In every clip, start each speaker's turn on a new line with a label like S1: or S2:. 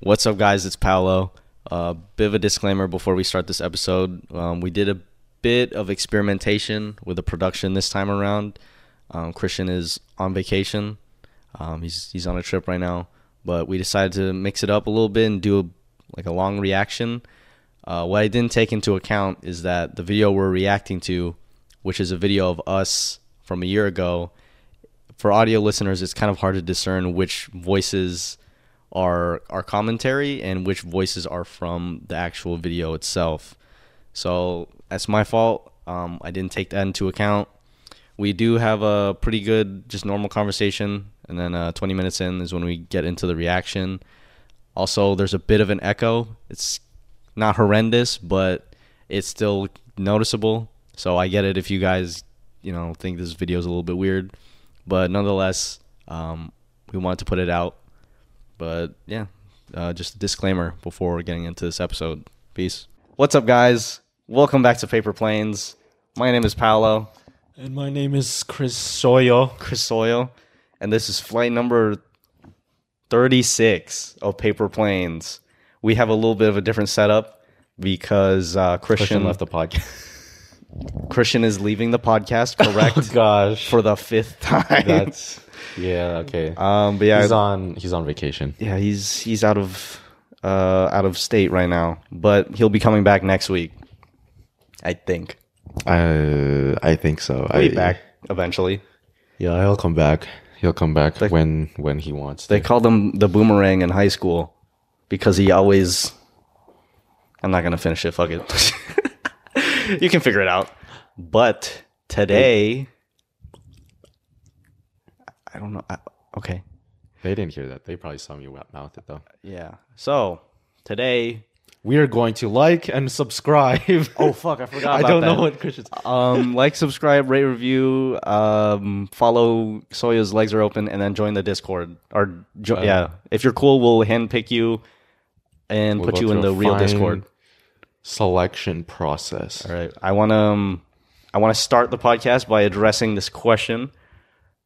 S1: What's up, guys? It's Paolo. Uh, bit of a disclaimer before we start this episode. Um, we did a bit of experimentation with the production this time around. Um, Christian is on vacation. Um, he's he's on a trip right now, but we decided to mix it up a little bit and do a, like a long reaction. Uh, what I didn't take into account is that the video we're reacting to, which is a video of us from a year ago, for audio listeners, it's kind of hard to discern which voices are our commentary and which voices are from the actual video itself. So that's my fault. Um, I didn't take that into account. We do have a pretty good, just normal conversation, and then uh, 20 minutes in is when we get into the reaction. Also, there's a bit of an echo. It's not horrendous, but it's still noticeable. So I get it if you guys, you know, think this video is a little bit weird, but nonetheless, um, we wanted to put it out. But yeah, uh, just a disclaimer before getting into this episode. Peace. What's up, guys? Welcome back to Paper Planes. My name is Paolo
S2: And my name is Chris Soyo.
S1: Crisoil, and this is flight number 36 of Paper Planes. We have a little bit of a different setup because uh, Christian,
S3: left the podcast.
S1: Christian is leaving the podcast,
S3: Oh,
S2: Oh,
S1: correct,
S3: Gosh,
S1: for the fifth time.
S3: that's yeah okay.
S1: um, but yeah,
S3: he's on he's on vacation.
S1: yeah, he's he's out of uh, out of state right now, but he'll be coming back next week, I think.
S3: Uh, I think so.
S1: He'll
S3: I,
S1: be back eventually.
S3: Yeah, he'll come back. He'll come back when when he wants.
S1: They called him the boomerang in high school because he always. I'm not gonna finish it. Fuck it. you can figure it out. But today, I don't know. I, okay.
S3: they didn't hear that. They probably saw me wet mouth it though.
S1: Yeah. So today,
S3: We are going to like and subscribe.
S1: oh fuck, I forgot.
S3: I
S1: about
S3: don't
S1: that.
S3: know what Christian's.
S1: Um, like, subscribe, rate, review, um, follow Soya's legs are open, and then join the Discord. Or
S3: Uh,
S1: jo- yeah, if you're cool, we'll handpick you and
S3: We'll
S1: put
S3: go
S1: you in
S3: through
S1: the
S3: a
S1: real
S3: fine
S1: Discord.
S3: Selection process.
S1: All right. I want to um, I want to start the podcast by addressing this question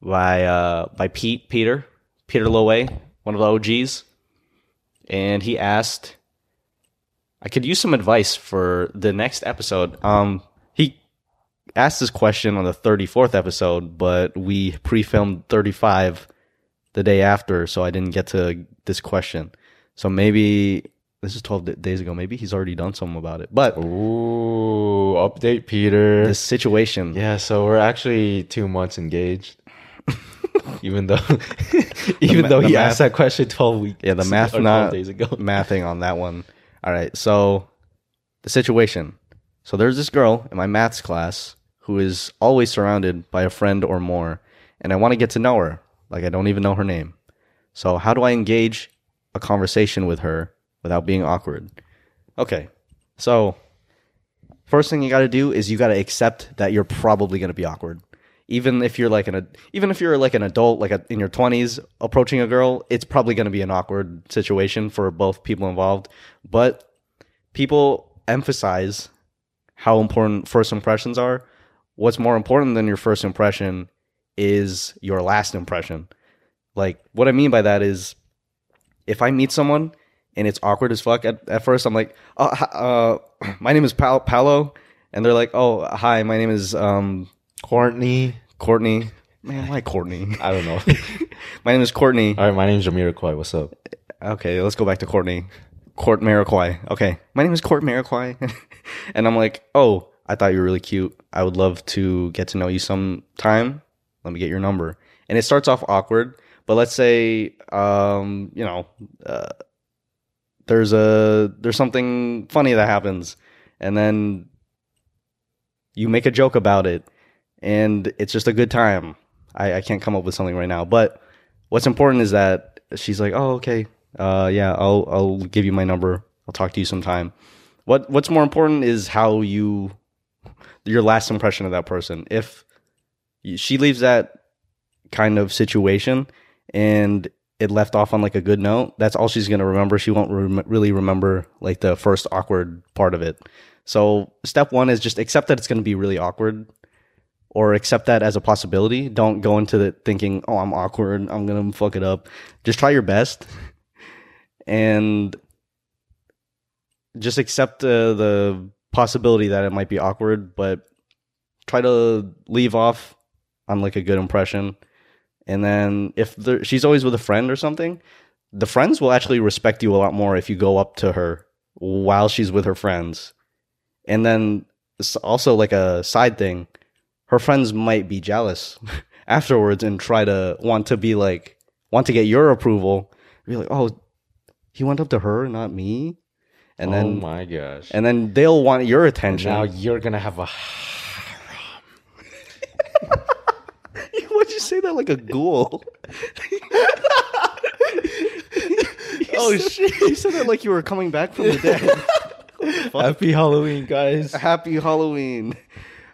S1: by uh, by Pete Peter Peter Lowe, one of the OGs, and he asked, "I could use some advice for the next episode." Um, he asked this question on the thirty fourth episode, but we pre filmed thirty five the day after, so I didn't get to this question. So maybe. This is 12 d- days ago. Maybe he's already done something about it. But
S3: Ooh, update, Peter.
S1: the situation.
S3: yeah, so we're actually two months engaged. even though, even
S1: ma-
S3: though
S1: the
S3: he
S1: math-
S3: asked that question twelve weeks.
S1: Yeah, the math
S3: or 12
S1: not
S3: days ago.
S1: mathing on that one. All right, so the situation. So there's this girl in my maths class who is always surrounded by a friend or more, and I want to get to know her. Like I don't even know her name. So how do I engage a conversation with her without being awkward? Okay. So first thing you got to do is you got to accept that you're probably going to be awkward. Even if you're like an ad- even if you're like an adult like a, in your 20s approaching a girl, it's probably going to be an awkward situation for both people involved, but people emphasize how important first impressions are. What's more important than your first impression is your last impression. Like what I mean by that is if I meet someone and it's awkward as fuck at, at first, I'm like, oh, hi- uh, my name is Pal- Paolo. And they're like, oh, hi, my name is um,
S3: Courtney.
S1: Courtney. Man, why Courtney?
S3: I don't know.
S1: my name is Courtney.
S3: All right, my name's Jamiroquai. What's up?
S1: Okay, let's go back to Courtney. Court Mariquai. Okay, my name is Court Mariquai. and I'm like, oh, I thought you were really cute. I would love to get to know you sometime. Let me get your number. And it starts off awkward, but let's say, um, you know, uh, there's a there's something funny that happens, and then you make a joke about it, and it's just a good time. I, I can't come up with something right now, but what's important is that she's like, "Oh, okay, uh, yeah, I'll I'll give you my number. I'll talk to you sometime." What What's more important is how you your last impression of that person. If you- she leaves that kind of situation and it left off on like a good note, that's all she's gonna remember. She won't rem- really remember like the first awkward part of it. So step one is just accept that it's gonna be really awkward or accept that as a possibility. Don't go into it thinking, oh, I'm awkward. I'm going to fuck it up. Just try your best. and just accept uh, the possibility that it might be awkward, but try to leave off on like a good impression. And then if there, she's always with a friend or something, the friends will actually respect you a lot more if you go up to her while she's with her friends. And then s- also like a side thing, her friends might be jealous afterwards and try to want to be like want to get your approval. Be like, oh, he went up to her, not me. And
S3: oh
S1: then
S3: my gosh.
S1: and then they'll want your
S3: And
S1: attention.
S3: now you're gonna have a harem.
S1: Why'd you say that like a ghoul? oh shit! You said that like you were coming back from the dead.
S3: Happy Halloween, guys.
S1: Happy Halloween.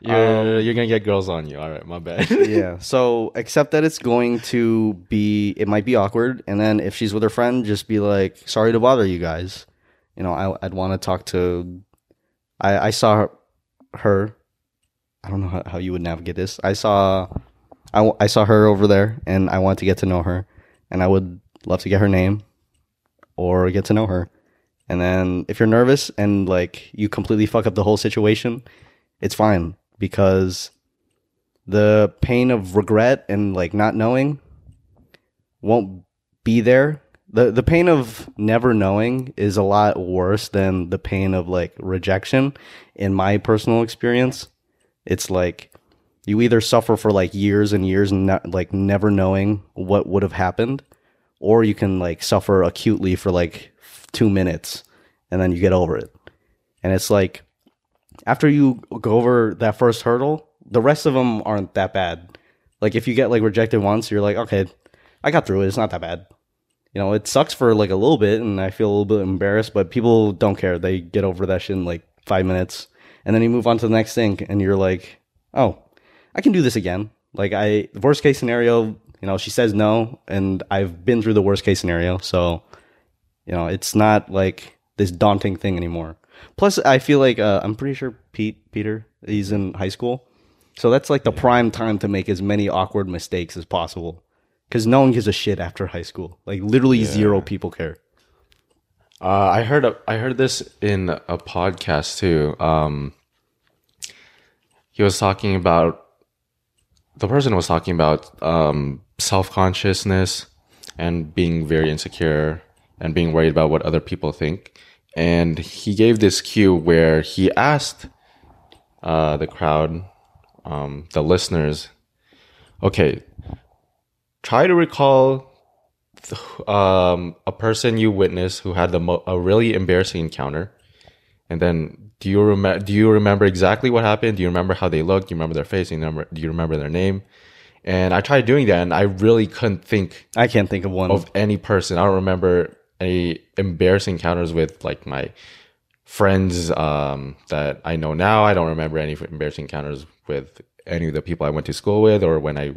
S1: Um,
S3: You're you're gonna get girls on you. All right, my bad.
S1: Yeah. So accept that it's going to be. It might be awkward, and then if she's with her friend, just be like, "Sorry to bother you guys." You know, I, I'd want to talk to. I I saw her. her I don't know how, how you would navigate this. I saw, I, w- I saw her over there, and I want to get to know her, and I would love to get her name, or get to know her, and then if you're nervous and like you completely fuck up the whole situation, it's fine because the pain of regret and like not knowing won't be there. The the pain of never knowing is a lot worse than the pain of like rejection in my personal experience. It's like you either suffer for like years and years and not, like never knowing what would have happened or you can like suffer acutely for like 2 minutes and then you get over it. And it's like after you go over that first hurdle, the rest of them aren't that bad. Like if you get like rejected once, you're like, okay, I got through it. It's not that bad. You know, it sucks for like a little bit, and I feel a little bit embarrassed, but people don't care. They get over that shit in like five minutes, and then you move on to the next thing, and you're like, oh, I can do this again. Like I, worst case scenario, you know, she says no, and I've been through the worst case scenario, so you know it's not like this daunting thing anymore plus i feel like uh, i'm pretty sure pete peter he's in high school so that's like the prime time to make as many awkward mistakes as possible because no one gives a shit after high school like literally zero people care
S3: Uh, I heard a, I heard this in a podcast too. Um, he was talking about the person was talking about um, self consciousness and being very insecure and being worried about what other people think. And he gave this cue where he asked uh, the crowd, um, the listeners, okay, try to recall um, a person you witnessed who had the mo- a really embarrassing encounter, and then do you remember? Do you remember exactly what happened? Do you remember how they looked? Do you remember their face? Do you remember? Do you remember their name? And I tried doing that, and I really couldn't think
S1: i can't think of one
S3: of any person. I don't remember any embarrassing encounters with like my friends um, that I know now. I don't remember any embarrassing encounters with any of the people I went to school with, or when I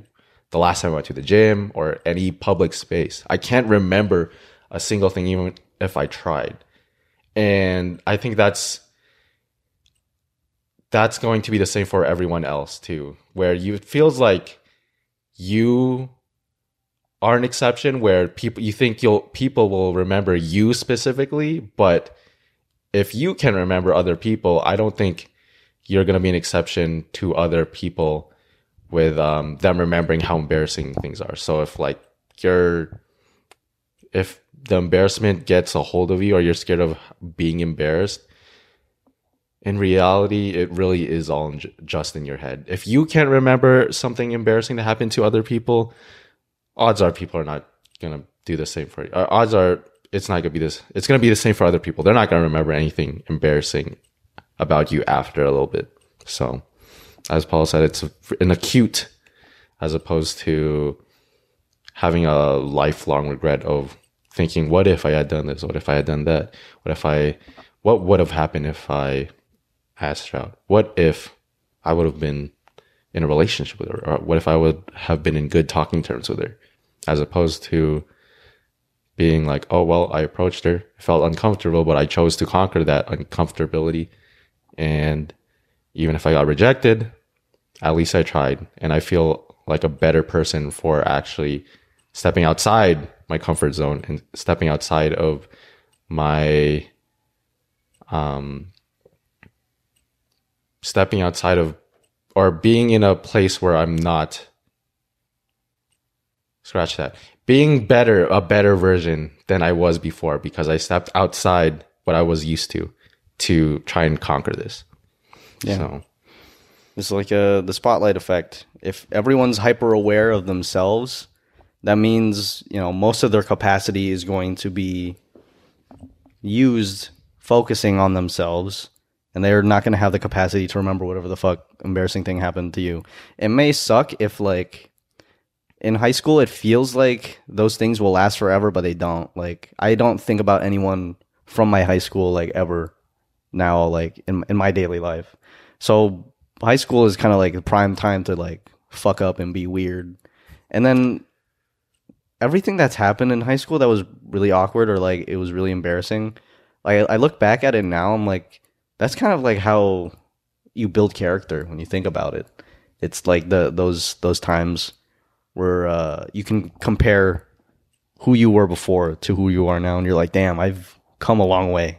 S3: the last time I went to the gym, or any public space. I can't remember a single thing, even if I tried. And I think that's that's going to be the same for everyone else too, where you it feels like you are an exception where people you think you'll people will remember you specifically, but if you can remember other people, I don't think you're going to be an exception to other people with um, them remembering how embarrassing things are. So if like you're if the embarrassment gets a hold of you or you're scared of being embarrassed, in reality, it really is all in, just in your head. If you can't remember something embarrassing that happened to other people, odds are people are not gonna do the same for you. Uh, odds are it's not gonna be this. It's gonna be the same for other people. They're not gonna remember anything embarrassing about you after a little bit. So, as Paul said, it's an acute as opposed to having a lifelong regret of thinking, "What if I had done this? What if I had done that? What if I? What would have happened if I asked her out? What if I would have been?" in a relationship with her? Or what if I would have been in good talking terms with her? As opposed to being like, oh, well, I approached her, felt uncomfortable, but I chose to conquer that uncomfortability. And even if I got rejected, at least I tried. And I feel like a better person for actually stepping outside my comfort zone and stepping outside of my um stepping outside of or being in a place where I'm not scratch that being better a better version than I was before because I stepped outside what I was used to to try and conquer this.
S1: Yeah.
S3: So
S1: It's like uh the spotlight effect. If everyone's hyper aware of themselves, that means you know most of their capacity is going to be used focusing on themselves, and they're not going to have the capacity to remember whatever the fuck embarrassing thing happened to you. It may suck if like in high school it feels like those things will last forever, but they don't. Like I don't think about anyone from my high school like ever now like in in my daily life. So high school is kind of like the prime time to like fuck up and be weird. And then everything that's happened in high school that was really awkward or like it was really embarrassing. Like I look back at it now, I'm like, that's kind of like how you build character when you think about it. It's like the those those times where uh, you can compare who you were before to who you are now, and you're like, damn, I've come a long way.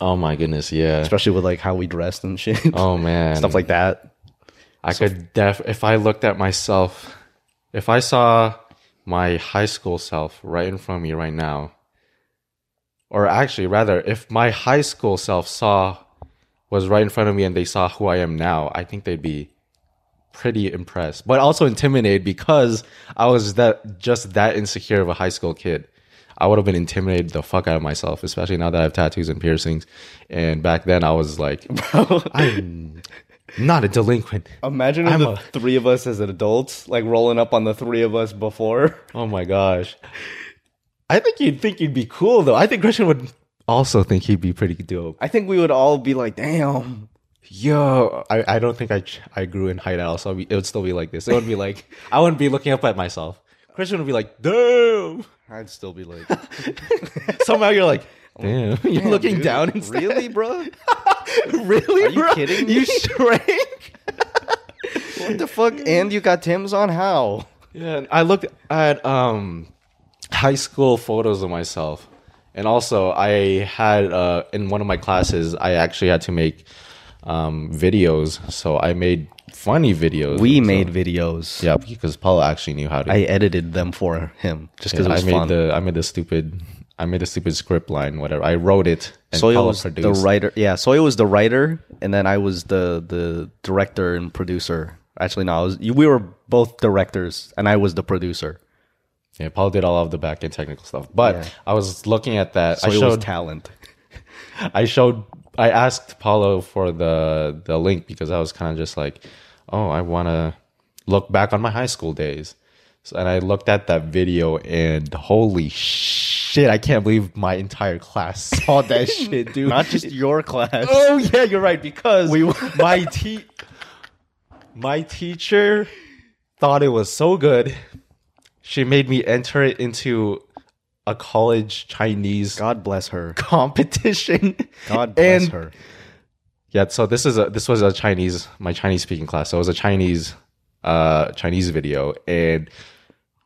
S3: oh my goodness, yeah.
S1: Especially with like how we dressed and shit,
S3: Oh man.
S1: stuff like that.
S3: I could def if I looked at myself, if I saw my high school self right in front of me right now, or actually rather, if my high school self saw was right in front of me and they saw who I am now, I think they'd be pretty impressed, but also intimidated because I was that just that insecure of a high school kid. I would have been intimidated the fuck out of myself, especially now that I have tattoos and piercings. And back then, I was like, I'm not a delinquent.
S1: Imagine if the three of us as adults, like rolling up on the three of us before.
S3: Oh my gosh. I think you'd think you'd be cool though. I think Christian would also think he'd be pretty dope.
S1: I think we would all be like, damn.
S3: Yo, I, I don't think I ch- I grew in height at all, so I'd be- it would still be like this. It would be like I wouldn't be looking up at myself. Christian would be like, damn.
S1: I'd still be like,
S3: Somehow you're like, damn. You're looking
S1: dude,
S3: down and
S1: really, bro?
S3: really?
S1: Are you
S3: bro?
S1: kidding me?
S3: You shrank?
S1: What the fuck? And you got Tim's on how?
S3: Yeah, and I looked at um, high school photos of myself, and also I had uh, in one of my classes I actually had to make um, videos, so I made funny videos.
S1: We
S3: So-
S1: made videos.
S3: yeah, because Paul actually knew how to.
S1: I edited them for him just because
S3: Yeah,
S1: it
S3: I
S1: was
S3: made
S1: fun.
S3: the I made the stupid I made the stupid script line whatever. I wrote it and
S1: Soy
S3: Paul
S1: was
S3: produced.
S1: the writer. Yeah, Soy was the writer, and then I was the the director and producer. Actually, no, I was, we were both directors, and I was the producer.
S3: yeah, Paul did all of the back end technical stuff, but I was looking at that.
S1: Soy
S3: I
S1: was
S3: showed
S1: talent.
S3: I showed I asked Paulo for the the link because I was kind of just like, oh, I want to look back on my high school days. So, and I looked at that video and holy shit, I can't believe my entire class saw that shit, dude.
S1: Not just your class.
S3: oh yeah, you're right because my te- my teacher thought it was so good. She made me enter it into a college Chinese
S1: God bless her.
S3: competition.
S1: God bless
S3: And-
S1: her.
S3: Yeah, so this is a this was a Chinese my Chinese speaking class. So it was a Chinese uh Chinese video and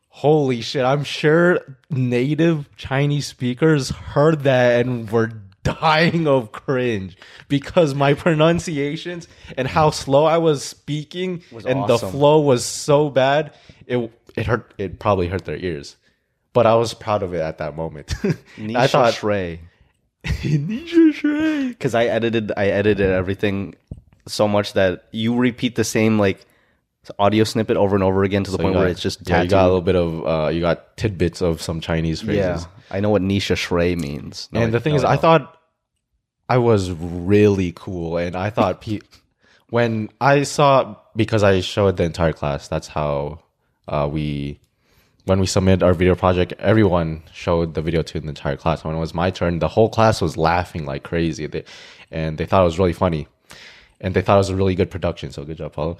S3: holy shit, I'm sure native Chinese speakers heard that and were dying of cringe because my pronunciations and how slow I was speaking and
S1: awesome.
S3: the flow was so bad, it it hurt it probably hurt their ears. But I was proud of it at that moment. I thought
S1: Shrey.
S3: Nisha Shrek.
S1: because I edited I edited everything so much that you repeat the same like audio snippet over and over again to the point where it's just
S3: yeah,
S1: tattooed.
S3: you got a little bit of uh, you got tidbits of some Chinese phrases.
S1: Yeah, I know what Nisha Shrey means. No,
S3: and the thing
S1: no,
S3: is, I thought I was really cool, and I thought pe- when I saw because I showed the entire class. That's how uh, we when we submitted our video project. Everyone showed the video to the entire class. When it was my turn, the whole class was laughing like crazy, they, and they thought it was really funny, and they thought it was a really good production. So good job, Paulo.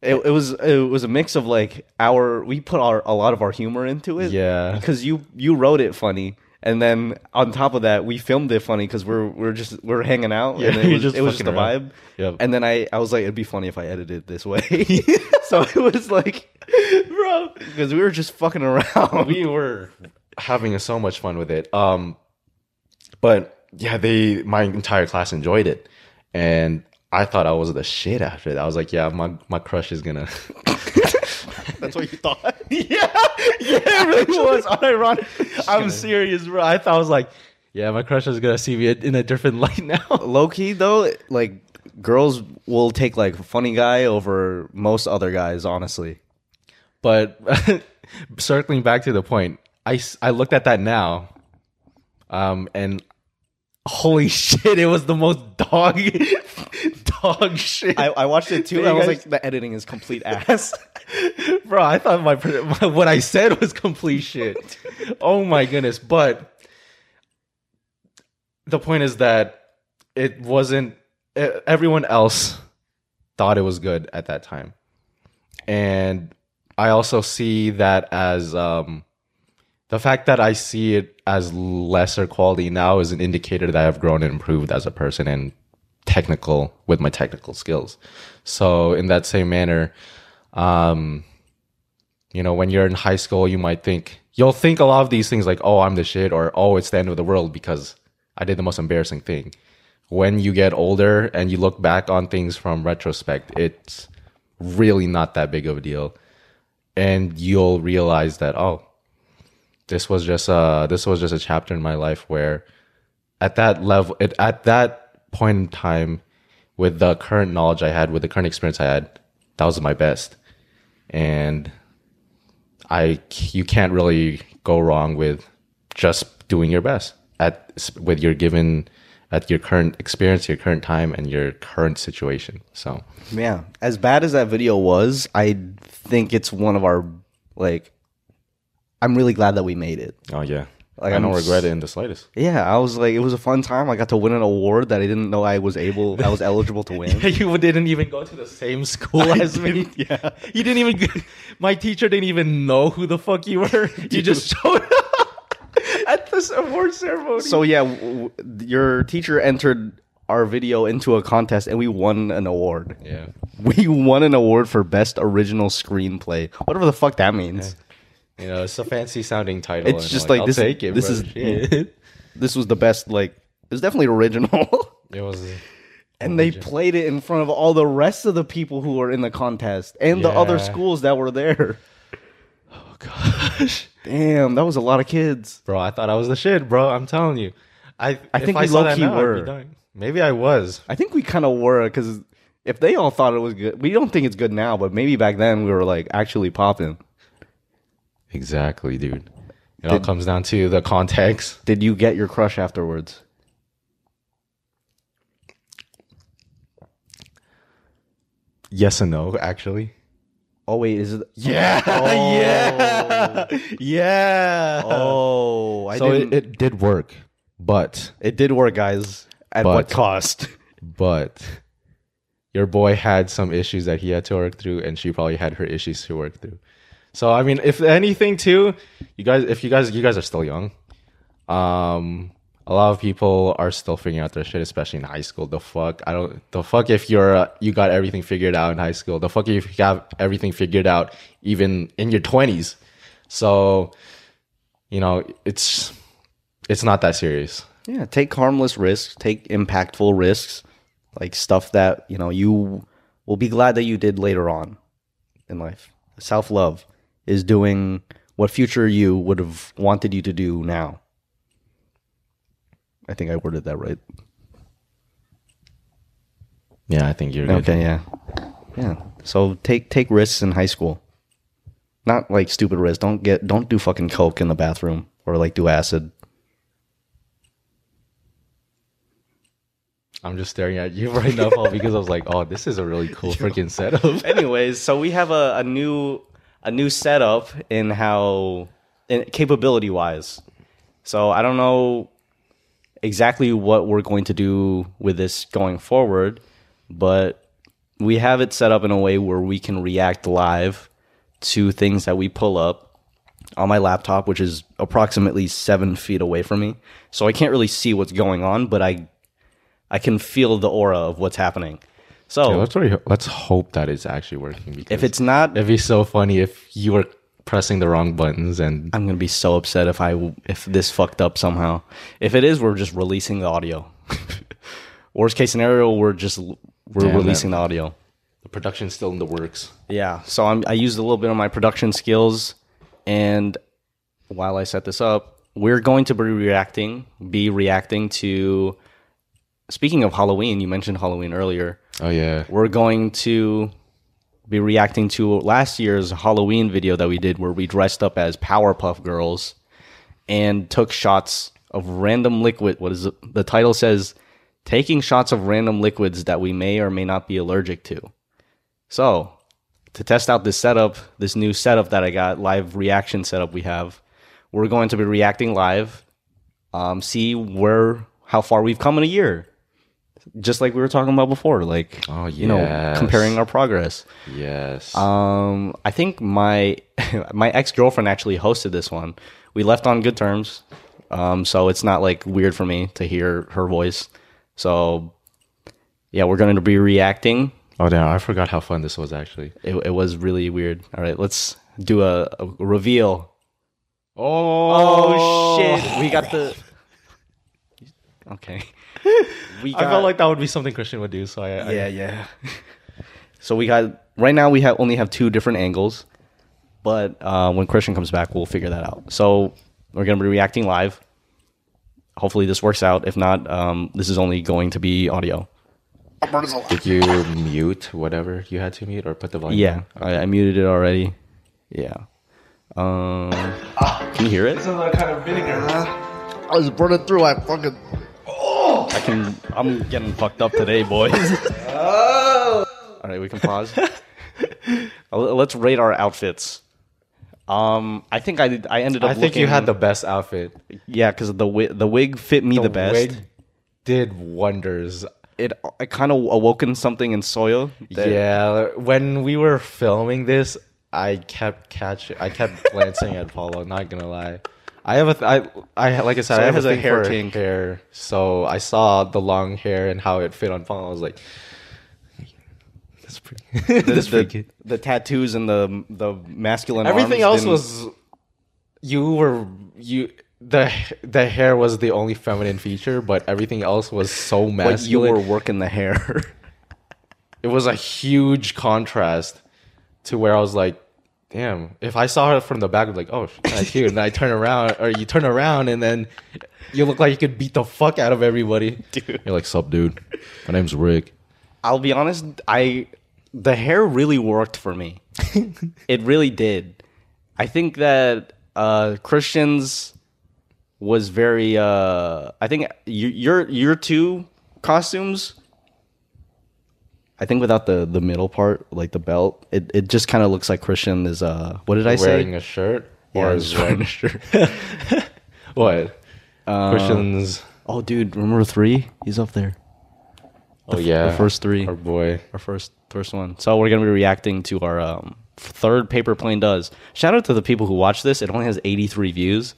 S1: it, it was it was a mix of like our we put our a lot of our humor into it.
S3: Yeah.
S1: because you you wrote it funny. And then on top of that, we filmed it funny because we're we're just we're hanging out.
S3: Yeah,
S1: and it
S3: you're
S1: was
S3: just
S1: it was just a
S3: fucking around.
S1: vibe.
S3: Yep.
S1: And then I, I was like, it'd be funny if I edited it this way. so it was like, bro, because we were just fucking around.
S3: we were having so much fun with it. Um, but yeah, they my entire class enjoyed it, and I thought I was the shit after that. I was like, yeah, my my crush is gonna.
S1: That's what you thought.
S3: yeah, yeah, it really was unironic. I'm serious, bro. I thought I was like, yeah, my crush is gonna see me in a different light now.
S1: Low key though, like girls will take like funny guy over most other guys. Honestly,
S3: But circling back to the point, I s- I looked at that now, um, and holy shit, it was the most dog dog shit.
S1: I, I watched it too.
S3: Did
S1: and I
S3: you
S1: was
S3: guys-
S1: like, the editing is complete ass.
S3: Bro, I thought my, pre- my what I said was complete shit. oh my goodness! But the point is that it wasn't. e- Everyone else thought it was good at that time, and I also see that as um, the fact that I see it as lesser quality now is an indicator that I've grown and improved as a person and technical with my technical skills. So in that same manner, um, you know, when you're in high school, you might think you'll think a lot of these things like, "Oh, I'm the shit," or "Oh, it's the end of the world because I did the most embarrassing thing." When you get older and you look back on things from retrospect, it's really not that big of a deal, and you'll realize that oh, this was just a this was just a chapter in my life where at that level it, at that point in time with the current knowledge i had with the current experience i had that was my best and i c- you can't really go wrong with just doing your best at s- with your given at your current experience your current time and your current situation so
S1: yeah, as bad as that video was, I think it's one of our like. I'm really glad that we made it.
S3: oh yeah
S1: Like,
S3: i don't
S1: I'm s-
S3: regret it in the slightest
S1: Yeah, I was like, it was a fun time. I got to win an award that I didn't know I was able, I was eligible to win.
S3: you didn't even go to the same school as me. Yeah. You didn't even g- my teacher didn't even know who the fuck you were. You just showed up at this award ceremony.
S1: So yeah, w- w- your teacher entered our video into a contest, and we won an award.
S3: yeah.
S1: We won an award for best original screenplay, whatever the fuck that means.
S3: You know, it's a fancy sounding title.
S1: It's
S3: and
S1: just like,
S3: I'll
S1: this is-
S3: take it,
S1: this
S3: bro.
S1: is-
S3: Shit.
S1: This was the best. Like, it was definitely original.
S3: it was
S1: and they played it in front of all the rest of the people who were in the contest and the other
S3: Yeah.
S1: schools that were there.
S3: oh gosh.
S1: Damn, that was a lot of kids.
S3: Bro, I thought I was the shit, bro. I'm telling you. I
S1: I
S3: if
S1: think
S3: I
S1: we
S3: saw that
S1: low-key
S3: now, I'd be
S1: were.
S3: dying. Maybe I was.
S1: I think we kind of were because if they all thought it was good, we don't think it's good now, but maybe back then we were like actually popping.
S3: Exactly, dude. It all comes down to the context.
S1: Did you get your crush afterwards?
S3: Yes and no, actually.
S1: Oh wait, is it?
S3: Yeah, yeah, yeah.
S1: Oh, I
S3: Oh. so it,
S1: didn't. It,
S3: it did work, but
S1: did work, guys. At what
S3: But-
S1: cost?
S3: but your boy had some issues that he had to work through, and she probably had her issues to work through. So I mean, if anything, too, you guys, if you guys, you guys are still young. Um, a lot of people are still figuring out their shit, especially in high school. The fuck, I don't. The fuck if you're uh, you got everything figured out in high school. The fuck if you have everything figured out even in your twenties. So, you know, it's it's not that serious.
S1: Yeah, take harmless risks, take impactful risks, like stuff that you know you will be glad that you did later on in life. Self love is doing what future you would have wanted you to do now. I think I worded that right.
S3: Yeah, I think you're good.
S1: Okay, yeah, yeah. So take take risks in high school, not like stupid risks. Don't get don't do fucking coke in the bathroom or like do acid.
S3: I'm just staring at you right now, Paul, because I was like, oh, this is a really cool freaking setup.
S1: Anyways, so we have a, a new a new setup in how in capability wise. So I don't know exactly what we're going to do with this going forward, but we have it set up in a way where we can react live to things that we pull up on my laptop, which is approximately seven feet away from me. So I can't really see what's going on, but I I can feel the aura of what's happening. So
S3: let's, really, let's hope that it's actually working. Because
S1: if it's not
S3: it'd be so funny if you were pressing the wrong buttons and
S1: I'm gonna be so upset if I if this fucked up somehow. If it is, we're just releasing the audio. Worst case scenario, we're just we're
S3: Damn it.
S1: releasing the audio.
S3: the production's still in the works.
S1: Yeah. So I'm, I used a little bit of my production skills, and while I set this up, we're going to be reacting, be reacting to. Speaking of Halloween, you mentioned Halloween earlier.
S3: Oh yeah.
S1: We're going to be reacting to last year's Halloween video that we did, where we dressed up as Powerpuff Girls and took shots of random liquid. What is it? the title says? Taking shots of random liquids that we may or may not be allergic to. So, to test out this setup, this new setup that I got, live reaction setup we have, we're going to be reacting live, um, see where how far we've come in a year. Just like we were talking about before, like
S3: Oh,
S1: you know,
S3: yes.
S1: comparing our progress.
S3: Yes.
S1: Um, I think my my ex girlfriend actually hosted this one. We left on good terms, um, so it's not like weird for me to hear her voice. So, yeah, we're going to be reacting.
S3: oh damn, I forgot how fun this was actually.
S1: It, it was really weird. All right, let's do a, a reveal.
S3: Oh,
S1: Oh, shit! We got the. Okay. We
S3: I felt like that would be something Christian would do, so I,
S1: yeah, yeah. so we got right now we have only have two different angles, but uh, when Christian comes back, we'll figure that out. So we're gonna be reacting live. Hopefully this works out. If not, um, this is only going to be audio.
S3: Did you mute whatever you had to mute or put the volume?
S1: Yeah, I, I muted it already. Yeah. Um, can you hear it?
S4: I was burning through my fucking.
S1: I can. I'm getting fucked up today, boys. All right, we can pause. Uh, L- Let's rate our outfits. Um, I think I I ended up.
S3: I think you had the
S1: looking-
S3: best outfit.
S1: yeah, because the wig the wig fit me the, best.
S3: wig did wonders.
S1: It it kind of awoken something in Soyo. that-
S3: yeah, when we were filming this, I kept catching, I kept glancing at Paulo. Not gonna lie, I have a, th- I, I like I said, I
S1: Soyo
S3: have
S1: has a
S3: a, thing
S1: hair
S3: for
S1: kink.
S3: hair. So I saw the long hair and how it fit on Paulo. I was like, that's pretty.
S1: the,
S3: that's pretty
S1: the,
S3: good.
S1: the tattoos and the the masculine.
S3: Everything else
S1: arms didn't-
S3: was, you were you. The the hair was the only feminine feature, but everything else was so
S1: like you
S3: masculine.
S1: were working the hair.
S3: it was a huge contrast to where I was like, damn, if I saw her from the back, I'd be like, oh, she's kinda cute. and I turn around, or you turn around, and then you look like you could beat the fuck out of everybody. Dude. You're like, sup, dude. My name's Rick.
S1: I'll be honest, I the hair really worked for me. it really did. I think that uh Christian's was very uh I think your your your two costumes I think without the the middle part, like the belt, it, it just kind of looks like Christian is uh what did I
S3: wearing
S1: say?
S3: a shirt?
S1: Yeah,
S3: Or
S1: I
S3: is
S1: was
S3: wearing a shirt? what? Um, Christian's.
S1: Oh dude, remember 3? He's up there.
S3: oh, yeah.
S1: the first three.
S3: Our boy.
S1: our first first one. So we're gonna be reacting to our um, third paper plane does. Shout out to the people who watch this. It only has 83 views.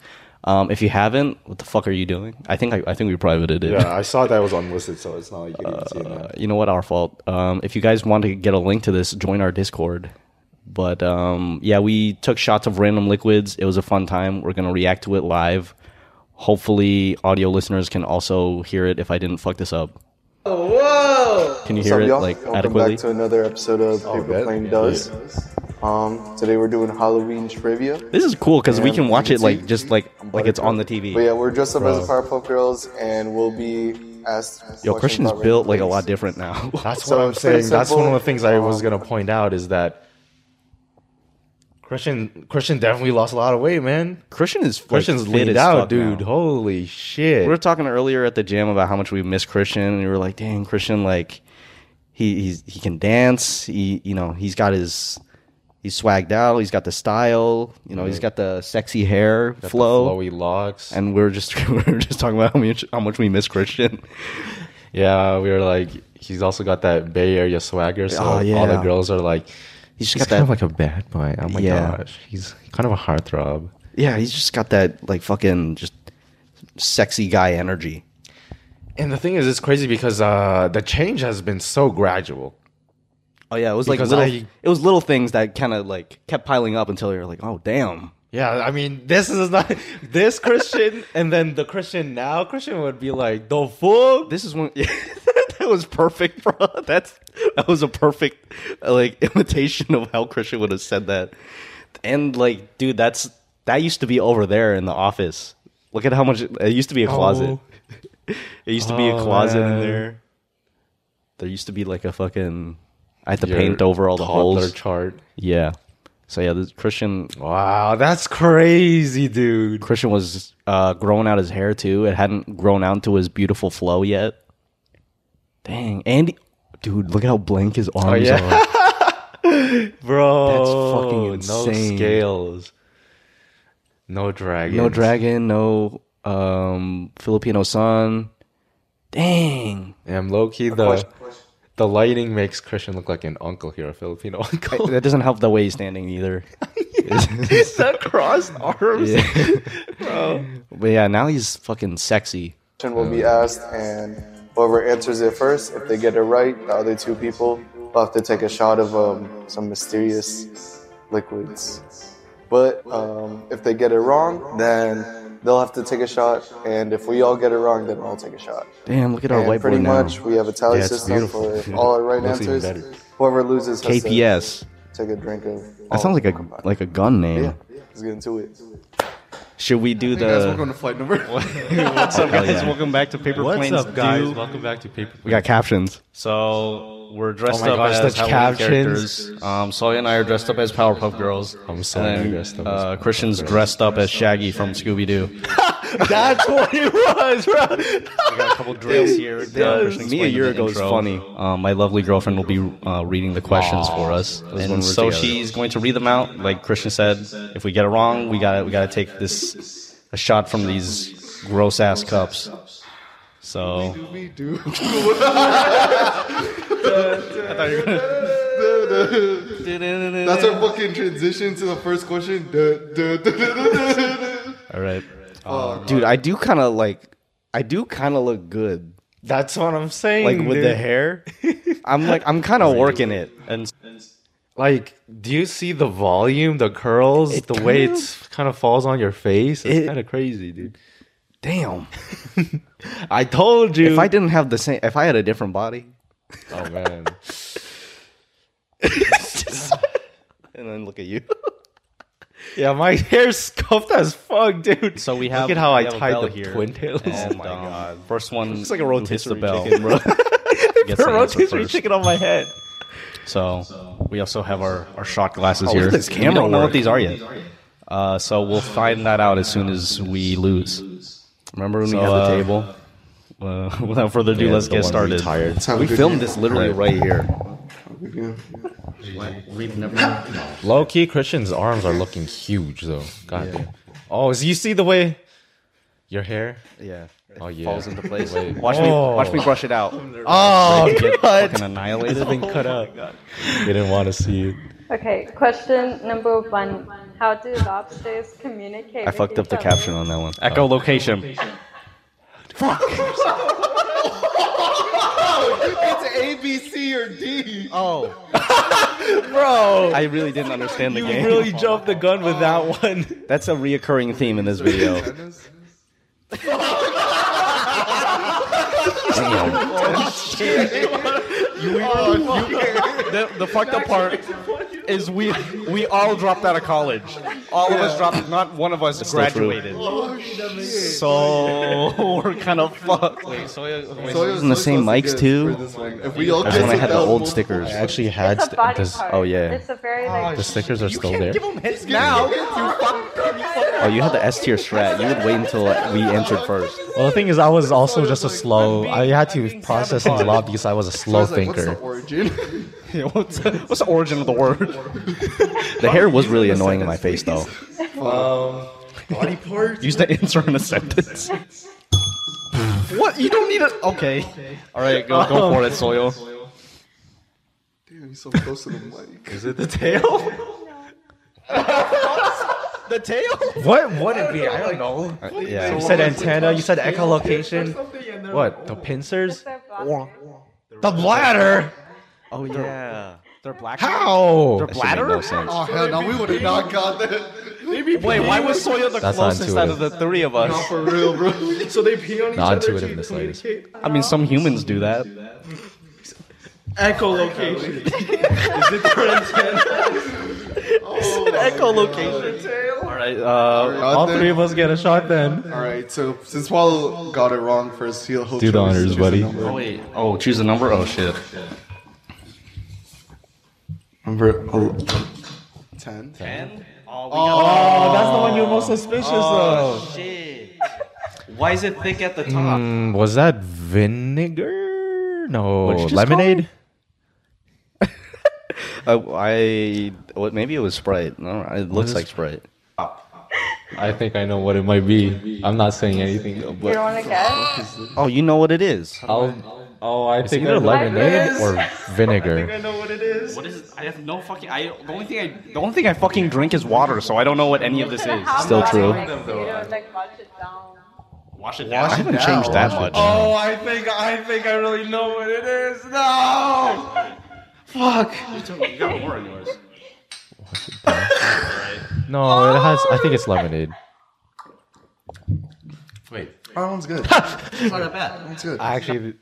S1: Um, if you haven't, what the fuck are you doing? I think I, I think we privated it.
S3: I saw that was unlisted, so it's not like you can see
S1: Uh, you know what? Our fault. Um, if you guys want to get a link to this, join our Discord. But um, yeah, we took shots of random liquids. It was a fun time. We're gonna react to it live. Hopefully, audio listeners can also hear it. If I didn't fuck this up, can you hear it like
S5: Oh, Welcome
S1: adequately?
S5: back to another episode of Paper
S3: that-
S5: Plane
S3: yeah.
S5: Does. Um, today we're doing Halloween trivia.
S1: This is cool because we
S5: And
S1: can
S5: you
S1: watch it like
S5: see-
S1: just like like it's on the
S5: But
S1: TV.
S5: yeah, we're dressed up as the Powerpuff Girls, and we'll be asked.
S1: Yo,
S5: questions
S1: Christian's
S5: about
S1: built
S5: random
S1: like a lot
S5: things.
S1: different now.
S3: That's
S5: So
S3: what I'm
S5: it's pretty
S3: saying. That's one of
S5: simple.
S3: the things I
S1: Um,
S3: was gonna point out is that Christian Christian definitely lost a lot of weight, man.
S1: Christian is like,
S3: Christian's
S1: fit
S3: leaned
S1: as
S3: out,
S1: fuck
S3: dude.
S1: now.
S3: Holy shit!
S1: We were talking earlier at the gym about how much we miss Christian, and we were like, "Dang, Christian! Like, he he's, he can dance. He you know he's got his he's swagged out. He's got the style. You know he's got the sexy hair
S3: Got the
S1: flow."
S3: flowy locks. And
S1: and we were just we were just talking about how much how much we miss Christian.
S3: yeah, we were like, he's also got that Bay Area swagger. So
S1: Oh,
S3: all the
S1: yeah.
S3: girls are like,
S1: He's
S3: he's
S1: just got
S3: kind
S1: that
S3: of like a bad boy. Oh my
S1: Yeah.
S3: gosh, he's kind of a heartthrob.
S1: yeah. He's just got that like fucking just sexy guy energy.
S3: And the thing is, it's crazy because uh, the change has been so gradual.
S1: Oh yeah, it was like
S3: Because
S1: little,
S3: I-
S1: it was little things that kind of like kept piling up until you're like, oh damn.
S3: Yeah, I mean, this is not this Christian, and then the Christian now Christian would be like the fuck.
S1: This is one. that was perfect, bro. That's that was a perfect uh, like imitation of how Christian would have said that. And like, dude, that's that used to be over there in the office. Look at how much it used to be a closet. it used to be a
S3: Oh,
S1: closet in
S3: man.
S1: there. There used to be like a fucking. I had to
S3: Your
S1: paint over all the
S3: toddler
S1: holes.
S3: chart.
S1: yeah. So yeah, this Christian
S3: Wow, that's crazy, dude.
S1: Christian was uh, growing out his hair too. It hadn't grown out to his beautiful flow yet. Dang, Andy, dude, look how blank his arms
S3: yeah.
S1: are.
S3: Bro,
S1: That's fucking insane.
S3: No scales. No dragon.
S1: No dragon, no um, Filipino sun. Dang,
S3: I'm low key the the lighting makes Christian look like an uncle here, a Filipino uncle.
S1: that doesn't help the way he's standing either.
S3: Is that crossed arms?
S1: But yeah, now he's fucking sexy.
S5: Question will be asked, and whoever answers it first, if they get it right, the other two people will have to take a shot of um, some mysterious liquids. But um, if they get it wrong, then they'll have to take a shot, and if we all get it wrong, then I'll take a shot.
S1: Damn, look at our
S5: And
S1: whiteboard
S5: pretty
S1: now.
S5: much, we have a tally
S3: Yeah, it's
S5: system
S3: beautiful.
S5: for all our right
S3: Looks even
S5: answers.
S3: better.
S5: Whoever loses has to
S1: KPS.
S5: take a drink of. all
S1: That sounds like a
S5: combined.
S1: like a gun name.
S5: Yeah, let's get into it.
S1: Should we do the? welcome to flight number. What's up, guys? Welcome back to Paper
S2: What's
S1: Planes.
S2: up, guys?
S1: Do.
S2: Welcome back to Paper
S1: We got captions.
S2: So we're dressed
S3: Oh my
S2: up
S3: gosh,
S2: as
S3: such
S2: Halloween
S3: captions.
S2: characters.
S1: Um, Sawyer and I are dressed up as Powerpuff Girls.
S3: I'm so
S1: And then,
S3: Oh, dressed up.
S1: uh, Christian's dressed up as Shaggy from Scooby Doo.
S3: That's what it was, bro.
S2: We got a couple drills here.
S1: Me a year ago is funny. Um, my lovely girlfriend will be uh, reading the questions for us,
S3: when
S1: and
S3: we're
S1: so
S3: together.
S1: she's going to read them out. Like Christian said, if we get it wrong, we got to we got to take this a shot from these gross ass cups. So we do.
S4: That's our fucking transition to the first question. Duh, duh, duh, duh, duh, duh, duh, duh.
S1: All right, Um, dude. I do kind of like. I do kind of look good.
S3: That's what I'm saying.
S1: like with
S3: dude.
S1: the hair. I'm like I'm kind of working it, and
S3: Like, do you see the volume, the curls,
S1: It
S3: the way
S1: kind of-
S3: it's kind of falls on your face? It's
S1: It-
S3: kind of crazy, dude.
S1: damn,
S3: I told you.
S1: if I didn't have the same, if I had a different body,
S3: oh man,
S1: and then look at you.
S3: yeah, my hair's scuffed as fuck, dude.
S1: So we have
S3: look at how
S1: we
S3: I
S1: have a
S3: tied
S1: bell
S3: the
S1: here.
S3: twin tails.
S1: And, um, First one
S3: Looks like a
S1: who
S3: rotisserie
S1: hits the bell.
S3: chicken, bro.
S1: gets
S3: The
S1: the answer
S3: rotisserie
S1: first.
S3: chicken on my head.
S1: So we also have our, our shot glasses
S3: Oh,
S1: here.
S3: look at this
S1: We
S3: camera
S1: don't know
S3: work.
S1: what these are yet. Uh, so we'll find that out as soon as we lose. Remember when we had the table? Uh, without further ado, let's get started.
S4: Let's have a
S1: We
S4: good
S1: filmed
S4: game.
S1: this literally right here.
S4: Yeah.
S3: Low key, Christian's arms are looking huge though. God damn. Oh, so you see the way your hair?
S1: Yeah.
S3: Oh yeah,
S1: Falls into place.
S3: Wait.
S1: Watch me,
S3: Oh.
S1: watch me brush it out.
S3: Oh,
S1: Get fucking annihilated.
S3: cut out. You didn't want to see it.
S6: Okay, question number one. How do lobsters communicate?
S1: I fucked up the caption on that one. Oh.
S2: Echo location.
S4: It's A, B, C, or D.
S1: Oh,
S3: Bro,
S1: I really didn't understand the
S3: you
S1: game.
S3: really jumped the gun with that one.
S1: That's a reoccurring theme in this video. Oh,
S2: The, the fucked up part is we we all dropped out of college. All of us dropped. Not one of us
S1: still true.
S2: So we're kind of fucked.
S4: So
S1: Using the same mics, too?
S4: If we all
S1: That's when I had the
S4: guess it,
S1: old
S4: that-
S1: stickers.
S3: actually had
S6: It's a body part.
S1: oh, yeah.
S6: It's a very like.
S3: The stickers are still there.
S1: Oh, you had the S tier strat. You would wait until we entered first.
S3: Well, the thing is, I was also just a slow. I had to process it a lot because I was a
S4: I
S3: slow
S4: was like, What's the
S3: thinker.
S4: origin?
S2: what's, what's the origin of the word?
S1: The hair was really annoying in my face, though.
S2: Um,
S4: Body parts?
S2: Use the insert in a sentence. what? You don't need it. Okay. All right, go, go for it, Soyo.
S4: Damn, he's so close to the mic.
S3: Is it the tail?
S2: The tail?
S3: What would it be? I don't know.
S1: Yeah.
S3: You said antenna. You said echolocation. What? The pincers?
S6: It's their lobsters.
S3: The bladder.
S1: Oh yeah.
S2: They're black.
S3: How?
S2: Their bladder?
S1: no sense.
S4: Oh hell no, we would have not got that.
S2: Wait, why was Soya the
S3: That's not
S2: closest out of the three of us?
S4: Not for real, bro.
S7: So they pee on each
S3: Not
S7: other
S3: intuitive
S7: to
S3: in the slightest.
S7: communicate.
S1: I mean, some humans do that.
S7: Echolocation. Is it their antenna?
S2: Echolocation. All right, uh,
S4: Got
S2: all
S4: there.
S2: three of us get a shot then.
S4: All right, so since Wall got it wrong first, he'll he'll
S3: Do the
S4: choose-
S3: honors,
S4: choose a
S3: buddy.
S4: number.
S1: wait. Oh, choose a number. Oh shit.
S5: Number oh,
S4: Ten.
S2: Oh, that's the one you're most suspicious
S3: Oh.
S2: of.
S1: Why is it thick at the top?
S3: Mm, was that vinegar? No,
S1: What did you just
S3: lemonade.
S1: Uh, I what? Maybe it was Sprite. No, it looks like Sprite.
S3: I think I know what it might be. I'm not saying anything. though,
S6: You
S3: But
S6: don't want to guess?
S1: Oh, you know what it is.
S3: I'll, oh, I think either I know-
S6: lemonade
S3: or vinegar.
S7: I know what it is.
S2: What is? I have no fucking. I the only thing I the only thing I fucking drink is water, so I don't know what any of this is.
S1: Still true.
S6: Like, you know, like wash it down.
S2: Wash it down.
S1: I haven't changed that much.
S7: Oh, I think I think I really know what it is. No. Fuck.
S2: You got more on yours.
S3: No, it has. I think it's lemonade.
S4: That one's good. That's good.
S1: Ah,
S3: I actually,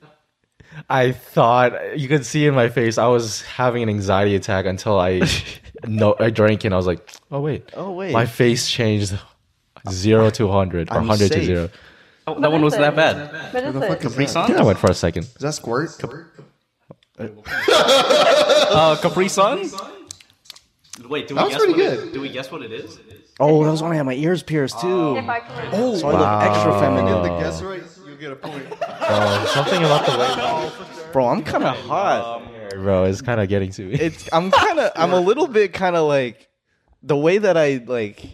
S3: I thought you could see in my face. I was having an anxiety attack until I, no, I drank and I was like, oh wait,
S1: Oh, wait.
S3: my face changed, zero to hundred or
S1: I'm
S3: hundred to
S1: safe.
S3: zero.
S2: Oh, that one wasn't that bad.
S6: What is it?
S4: Capri Sun?
S3: I think I went for a second.
S4: Is that squirt?
S2: Uh, Capri Sun. Wait, do we
S4: That was
S2: guess
S4: pretty
S2: what it-
S4: good.
S2: do we guess what it is?
S1: Oh, that was when I had my ears pierced too.
S6: If I can
S4: Oh,
S1: So I look extra
S4: Get
S1: feminine.
S4: the guess right, you get a point.
S3: Oh, something about the
S1: Bro, I'm kind of hot.
S3: way, bro, is kind of getting to me.
S1: It's I'm kind of I'm a little bit kind of like the way that I like.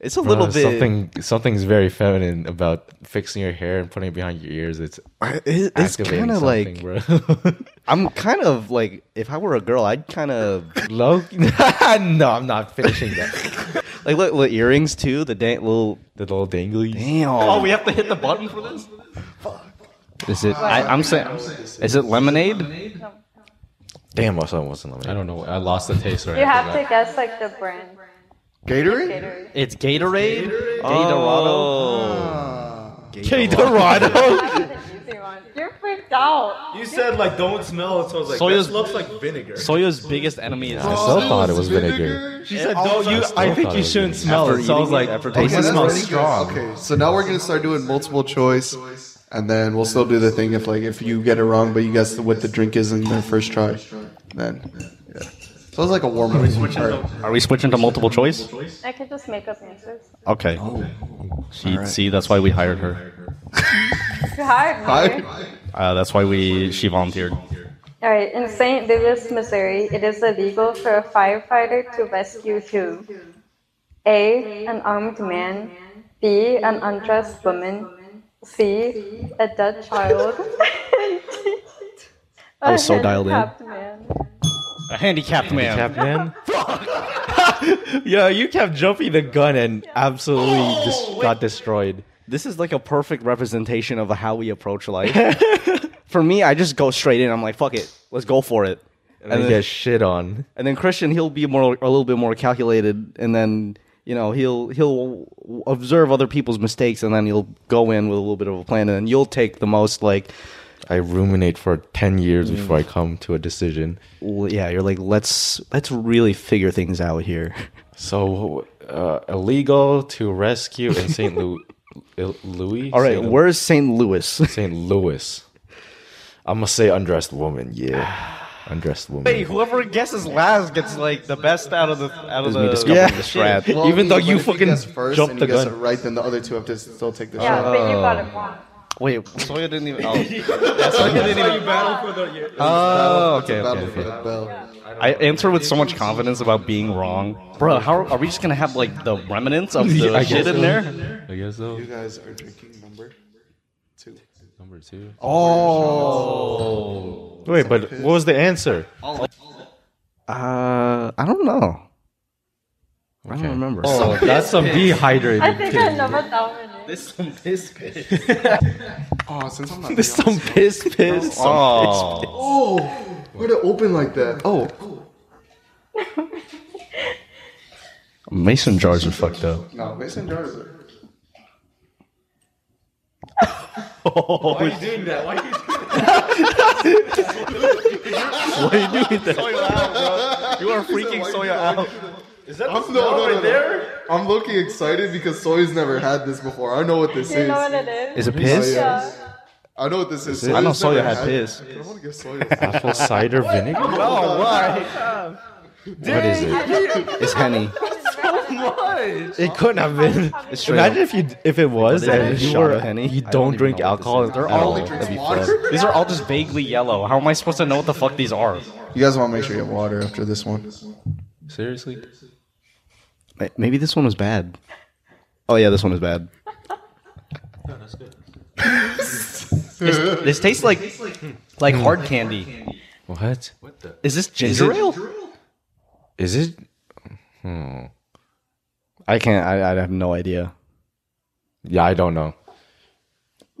S1: It's a little
S3: Bro,
S1: bit.
S3: Something, something's very feminine about fixing your hair and putting it behind your ears. It's
S1: I- it- it's
S3: activating
S1: kind of
S3: something,
S1: like
S3: bro.
S1: I'm kind of like if I were a girl, I'd kind of
S3: Low? no, I'm not finishing that.
S1: like look, little earrings too. The dang little
S3: the little dangly.
S1: damn.
S2: Oh, we have to hit the button for this.
S1: Is it? I, I'm saying. Is it lemonade?
S3: Damn, my son wasn't lemonade. I don't know. I lost the taste right
S6: You have to guess like the brand.
S4: Gatorade?
S6: Gatorade.
S2: It's Gatorade. Gatorade.
S1: Oh,
S4: Uh,
S6: That was an easy one. You're freaked out.
S7: You said like don't smell it, so I was like,
S2: Soya's-
S7: this looks like vinegar.
S2: Soya's biggest enemy is
S3: I
S2: this.
S3: still thought it was vinegar.
S7: She said don't you. I think you shouldn't smell
S1: After
S7: it. So I was
S1: eating it,
S7: like,
S1: after
S7: oh,
S1: tasting
S7: this
S1: it.
S7: smells
S4: really good.
S7: strong.
S4: Okay, so now we're gonna start doing multiple choice, and then we'll still do the thing if like if you get it wrong, but you guess what the drink is in their first try, then yeah. So it's like a warm up.
S2: Are we switching to multiple choice?
S6: I could just make up answers.
S2: Okay. She Oh. see that's why we hired her.
S6: You hired me.
S2: Uh, that's why we she volunteered.
S6: All right, in St. Louis, Missouri, it is illegal for a firefighter to rescue who? A. An armed man. B. An undressed woman. C. A dead child. I
S1: was so dialed in.
S6: Man.
S2: A handicapped man.
S3: Captain. yeah, you kept jumping the gun and absolutely just got destroyed.
S1: This is like a perfect representation of how we approach life. for me, I just go straight in. I'm like, fuck it, let's go for it.
S3: And, then get shit on.
S1: And then Christian, he'll be more a little bit more calculated, and then you know he'll he'll observe other people's mistakes, and then he'll go in with a little bit of a plan, and then you'll take the most like,
S3: I ruminate for 10 years before I come to a decision.
S1: l- yeah, you're like let's let's really figure things out here.
S3: So, uh, illegal to rescue in St. Louis. Louis?
S1: All right,
S3: St. Lu-
S1: where's St. Louis?
S3: St. Louis. I'm going to say undressed woman. Yeah. Undressed woman.
S2: Hey, whoever guesses last gets like the best out of the out of
S1: This is me
S2: the.
S1: discovering the strat.
S3: Even though you fucking
S4: guess first
S3: jumped
S4: and you
S3: the
S4: guess
S3: gun.
S4: it right, then the other two have to still take the
S6: Yeah,
S4: shot.
S6: but you got it wrong.
S1: Wait, Soya didn't even. Oh,
S7: You battle for the. you-
S1: okay,
S4: Battle for the bell.
S2: I answer with so much confidence about being wrong, bro. How are, are we just gonna have like the remnants of the shit in there?
S3: I guess so.
S4: You guys are drinking number two.
S3: Number two.
S1: Oh.
S3: Wait, but what was the answer?
S1: Uh, I don't know. I don't remember.
S3: Oh, that's some dehydrated.
S6: I think I know what that one is.
S2: This some piss piss.
S4: Oh, since I'm not.
S3: some piss piss.
S2: Oh,
S4: Oh, where'd it open like that? Oh,
S1: Mason jars are fucked up.
S4: No, mason jars are.
S7: Why are you doing that? Why are you doing
S2: What are you doing there?
S7: soil out, bro? You are freaking soil out. Is that the smell right there?
S4: I'm looking excited because Soy's never had this before. I know what this
S6: You
S4: is.
S6: know what it is?
S2: Is it piss?
S6: yeah.
S4: I know what this is.
S2: I know
S4: Soya's never
S2: Soya had piss.
S4: I don't want to give Soya.
S3: Apple cider vinegar?
S7: Oh, why?
S3: What is it?
S1: It's Henny.
S2: It couldn't have been. Imagine if you if it was
S1: What is
S2: and
S1: it?
S2: you
S1: Shot
S2: were
S1: of Henny?
S2: you
S1: I don't
S2: don't
S1: even
S2: drink
S1: know what this
S2: alcohol.
S1: is.
S2: They're
S1: At
S2: all
S1: all.
S2: that'd be
S4: water.
S2: fucked.
S7: These are all just vaguely yellow. How am I supposed to know what the fuck these are?
S4: You guys want to make sure you have water after this one.
S3: Seriously?
S1: Ma- Maybe this one was bad. Oh yeah, this one was bad.
S7: This tastes like like hard candy.
S3: What?
S7: Is this ginger
S3: it-
S7: ale?
S3: Is it? Hmm.
S1: I can't. I, I have no idea.
S3: Yeah, I don't know.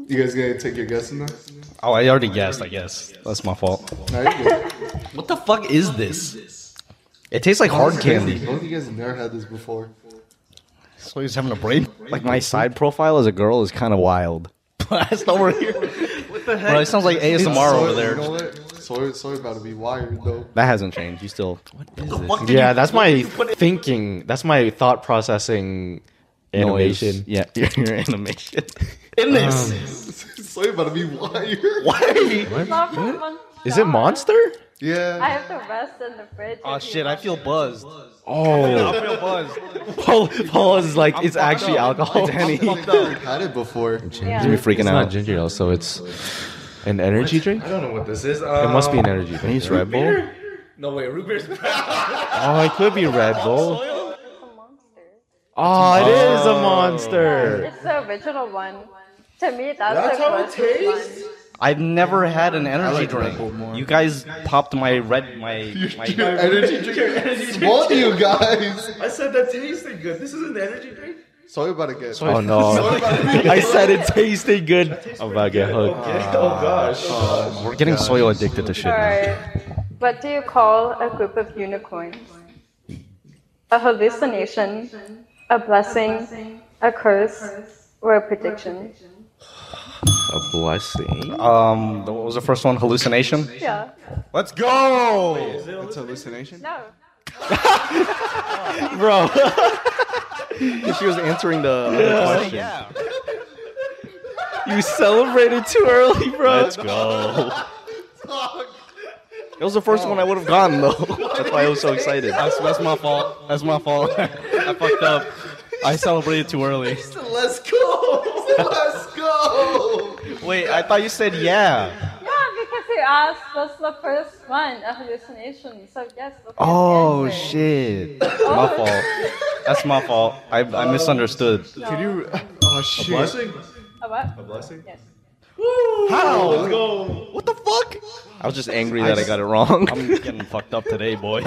S4: You guys gonna take your guess in there?
S7: Oh, I already guessed. I guess that's my fault.
S4: No, you good.
S7: What the fuck is this? It tastes like hard candy.
S4: Both of you guys have never had this before.
S7: So he's having a brain.
S1: Like my side profile as a girl is kind of wild.
S7: blast over here. What the heck? Bro, it sounds like ASMR over there.
S4: You know what? Soya, Soya about to be wired though.
S1: That hasn't changed. You still.
S3: Yeah, that's my thinking. That's my thought processing animation.
S1: Noise. Yeah, your, your animation.
S7: In this.
S4: Soya about to be wired.
S7: Why are you?
S6: Not from Monster.
S3: Is it Monster?
S6: I
S4: Yeah.
S6: have the rest in the fridge.
S7: Oh
S6: if you
S7: shit, I
S6: want.
S7: feel buzzed.
S3: Oh,
S7: I feel buzzed.
S3: Paul, Paul is like, it's actually alcohol.
S4: I don't think I've ever had it before.
S6: Yeah.
S1: You're freaking
S3: It's
S1: out.
S3: not ginger ale, so it's an energy drink.
S7: I don't know what this is. Uh,
S3: It must be an energy drink.
S1: He's Red Bull.
S7: No way, root beer's
S3: Oh, it could be Red Bull.
S7: soil.
S6: It's a monster.
S3: Oh, it is a monster.
S6: It's the original one. To me, that's, the closest one.
S7: I've never had an energy
S4: like Red Bull
S7: drink.
S4: more.
S7: You guys popped my red my
S4: Your
S7: my.
S4: energy drink. Both of you guys.
S7: I said that tasted good. This is an energy drink.
S4: Soya about to get. Soy
S3: Oh no! I said it tasted good. I'm about to get hooked.
S7: oh gosh.
S1: We're getting soil addicted to shit.
S6: Or what do you call a group of unicorns? A hallucination, a blessing, a curse, or a prediction.
S3: A blessing.
S7: Um, what was the first one? Hallucination.
S6: Yeah.
S7: Let's go.
S4: It's hallucination.
S6: No.
S1: She was answering the other question.
S3: You celebrated too early, bro. Let's go.
S1: It was the first one I would have gotten though. That's why I was so excited.
S7: That's, that's my fault. That's my fault. I fucked up. I celebrated too early.
S4: Let's go. Let's go.
S7: Wait, I thought you said yeah.
S6: Yeah, because you asked what's the first one, a hallucination. So yes. that's the
S1: Oh
S6: answer.
S1: shit!
S6: Oh,
S7: My fault. That's my fault. I, I misunderstood.
S6: no.
S4: Can you? Oh shit.
S6: A what? A blessing? Yes.
S1: I was just angry that I got it wrong.
S7: I'm getting fucked up today, boys.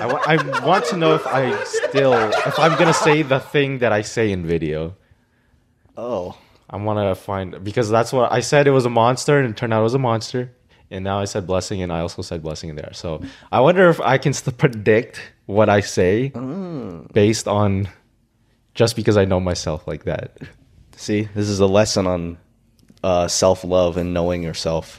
S3: I, wa- I want to know if I still, if I'm gonna say the thing that I say in video.
S1: oh,
S3: I want to find because that's what I said. It was a monster, and it turned out it was a monster. And now I said blessing, and I also said blessing in there. So I wonder if I can still predict what I say
S1: Mm.
S3: based on just because I know myself like that.
S1: see, this is a lesson on uh, self-love and knowing yourself.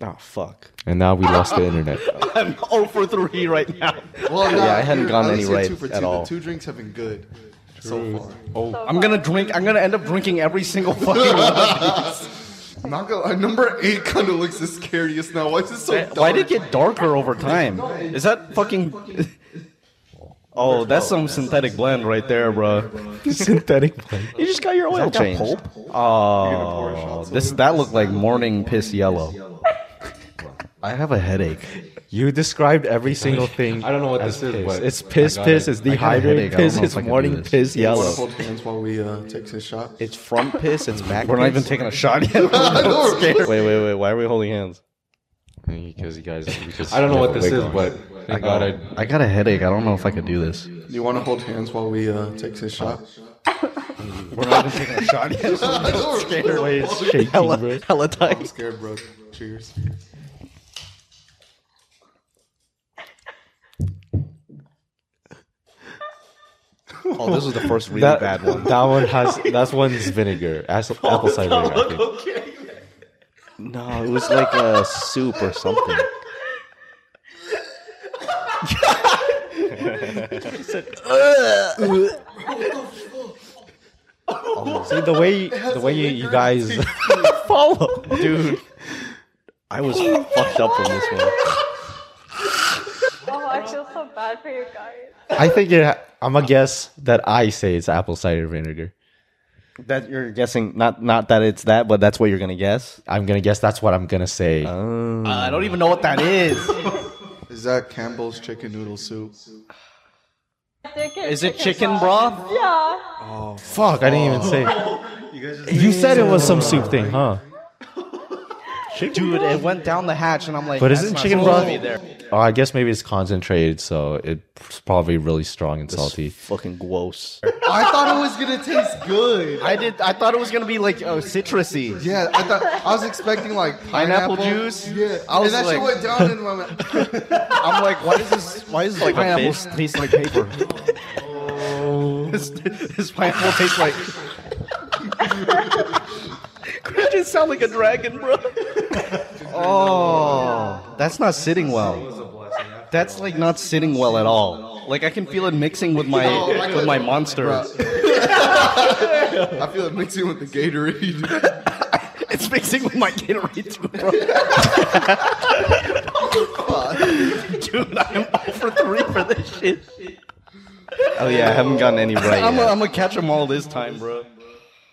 S1: Oh fuck!
S3: And now we lost the internet.
S7: I'm 0 for 3 right now.
S4: Well, nah,
S1: Yeah, I hadn't
S4: dude,
S1: gone
S4: let's
S1: any
S4: say
S1: right
S4: two for
S1: at
S4: two. The
S1: all.
S4: two drinks have been good so far.
S7: I'm gonna drink. I'm gonna end up drinking every single fucking one.
S4: I'm not gonna lie, number eight kind of looks the scariest now. Why is it so dark?
S7: Why did it get darker over time? Is that fucking? Oh, that's some synthetic blend right there, bro.
S3: Synthetic.
S7: You just got your oil change. Oh, this that looked like morning piss yellow.
S1: I have a headache.
S3: You described every single thing. I don't know what this is. it's piss, piss. It's
S1: got a headache.
S3: dehydrated
S1: I don't
S3: piss.
S1: know if
S3: It's
S1: I can do
S3: morning
S1: this.
S3: piss.
S4: Wanna
S3: Yellow.
S4: hold hands while we uh, take this shot?
S1: It's front piss. It's back.
S7: We're not even
S1: piss.
S7: taking a shot yet.
S1: Wait, wait, wait. Why are we holding hands?
S3: Because you guys. I don't know what this is, but thank God I
S1: I got a headache. I don't know if I could do this.
S4: Do you want to hold hands while we uh, take this shot?
S7: We're not even taking a shot yet.
S3: it's shaking, bro.
S2: Oh,
S1: Hella
S4: I'm scared, bro. Cheers.
S2: Oh, this was the first really
S3: that,
S2: bad one. Oh,
S3: that one has that's one's vinegar. as- Apple, cider vinegar. I think.
S1: No, it was like a soup or something.
S3: See the way the way you, you guys follow, dude.
S1: I was fucked up on this one.
S6: Oh, I feel so bad for you guys.
S3: I think it. ha- I'm gonna guess that I say it's apple cider vinegar.
S1: That you're guessing not not that it's that, but that's what you're gonna guess.
S3: I'm gonna guess that's what I'm gonna say.
S2: Oh.
S1: I don't even know what that is.
S4: Is that Campbell's chicken noodle soup?
S1: is it chicken broth?
S6: Yeah.
S3: Fuck! I didn't even
S2: Oh.
S3: say. You said it was some soup thing, huh?
S2: Dude, it went down the hatch, and I'm like,
S3: But
S2: that's
S3: isn't
S2: not
S3: chicken
S2: supposed
S3: broth?
S2: to be there?
S3: Oh, I guess maybe it's concentrated, so it's probably really strong and salty.
S1: Fucking gross.
S4: I thought it was gonna taste good.
S2: I did. I thought it was gonna be like oh, citrusy.
S4: Yeah, I thought I was expecting like
S2: Pineapple
S4: pineapple,
S2: juice?
S4: Yeah,
S2: I was
S4: and that
S2: like-
S4: shit went down in my mouth.
S2: I'm like, why does this? Why does this like pineapple taste like paper? this, this pineapple tastes like. It just sound like a dragon, bro. oh, that's not sitting well. That's like not sitting well at all. Like I can feel it mixing with my
S4: No, I
S2: with my
S4: couldn't.
S2: monster.
S4: I feel it mixing with the Gatorade.
S2: It's mixing with my Gatorade too, bro.
S1: Oh,
S2: Dude, I'm all for three for this shit.
S1: Oh yeah, I haven't gotten any right.
S2: I'm
S1: yet.
S2: gonna catch them all this time, bro.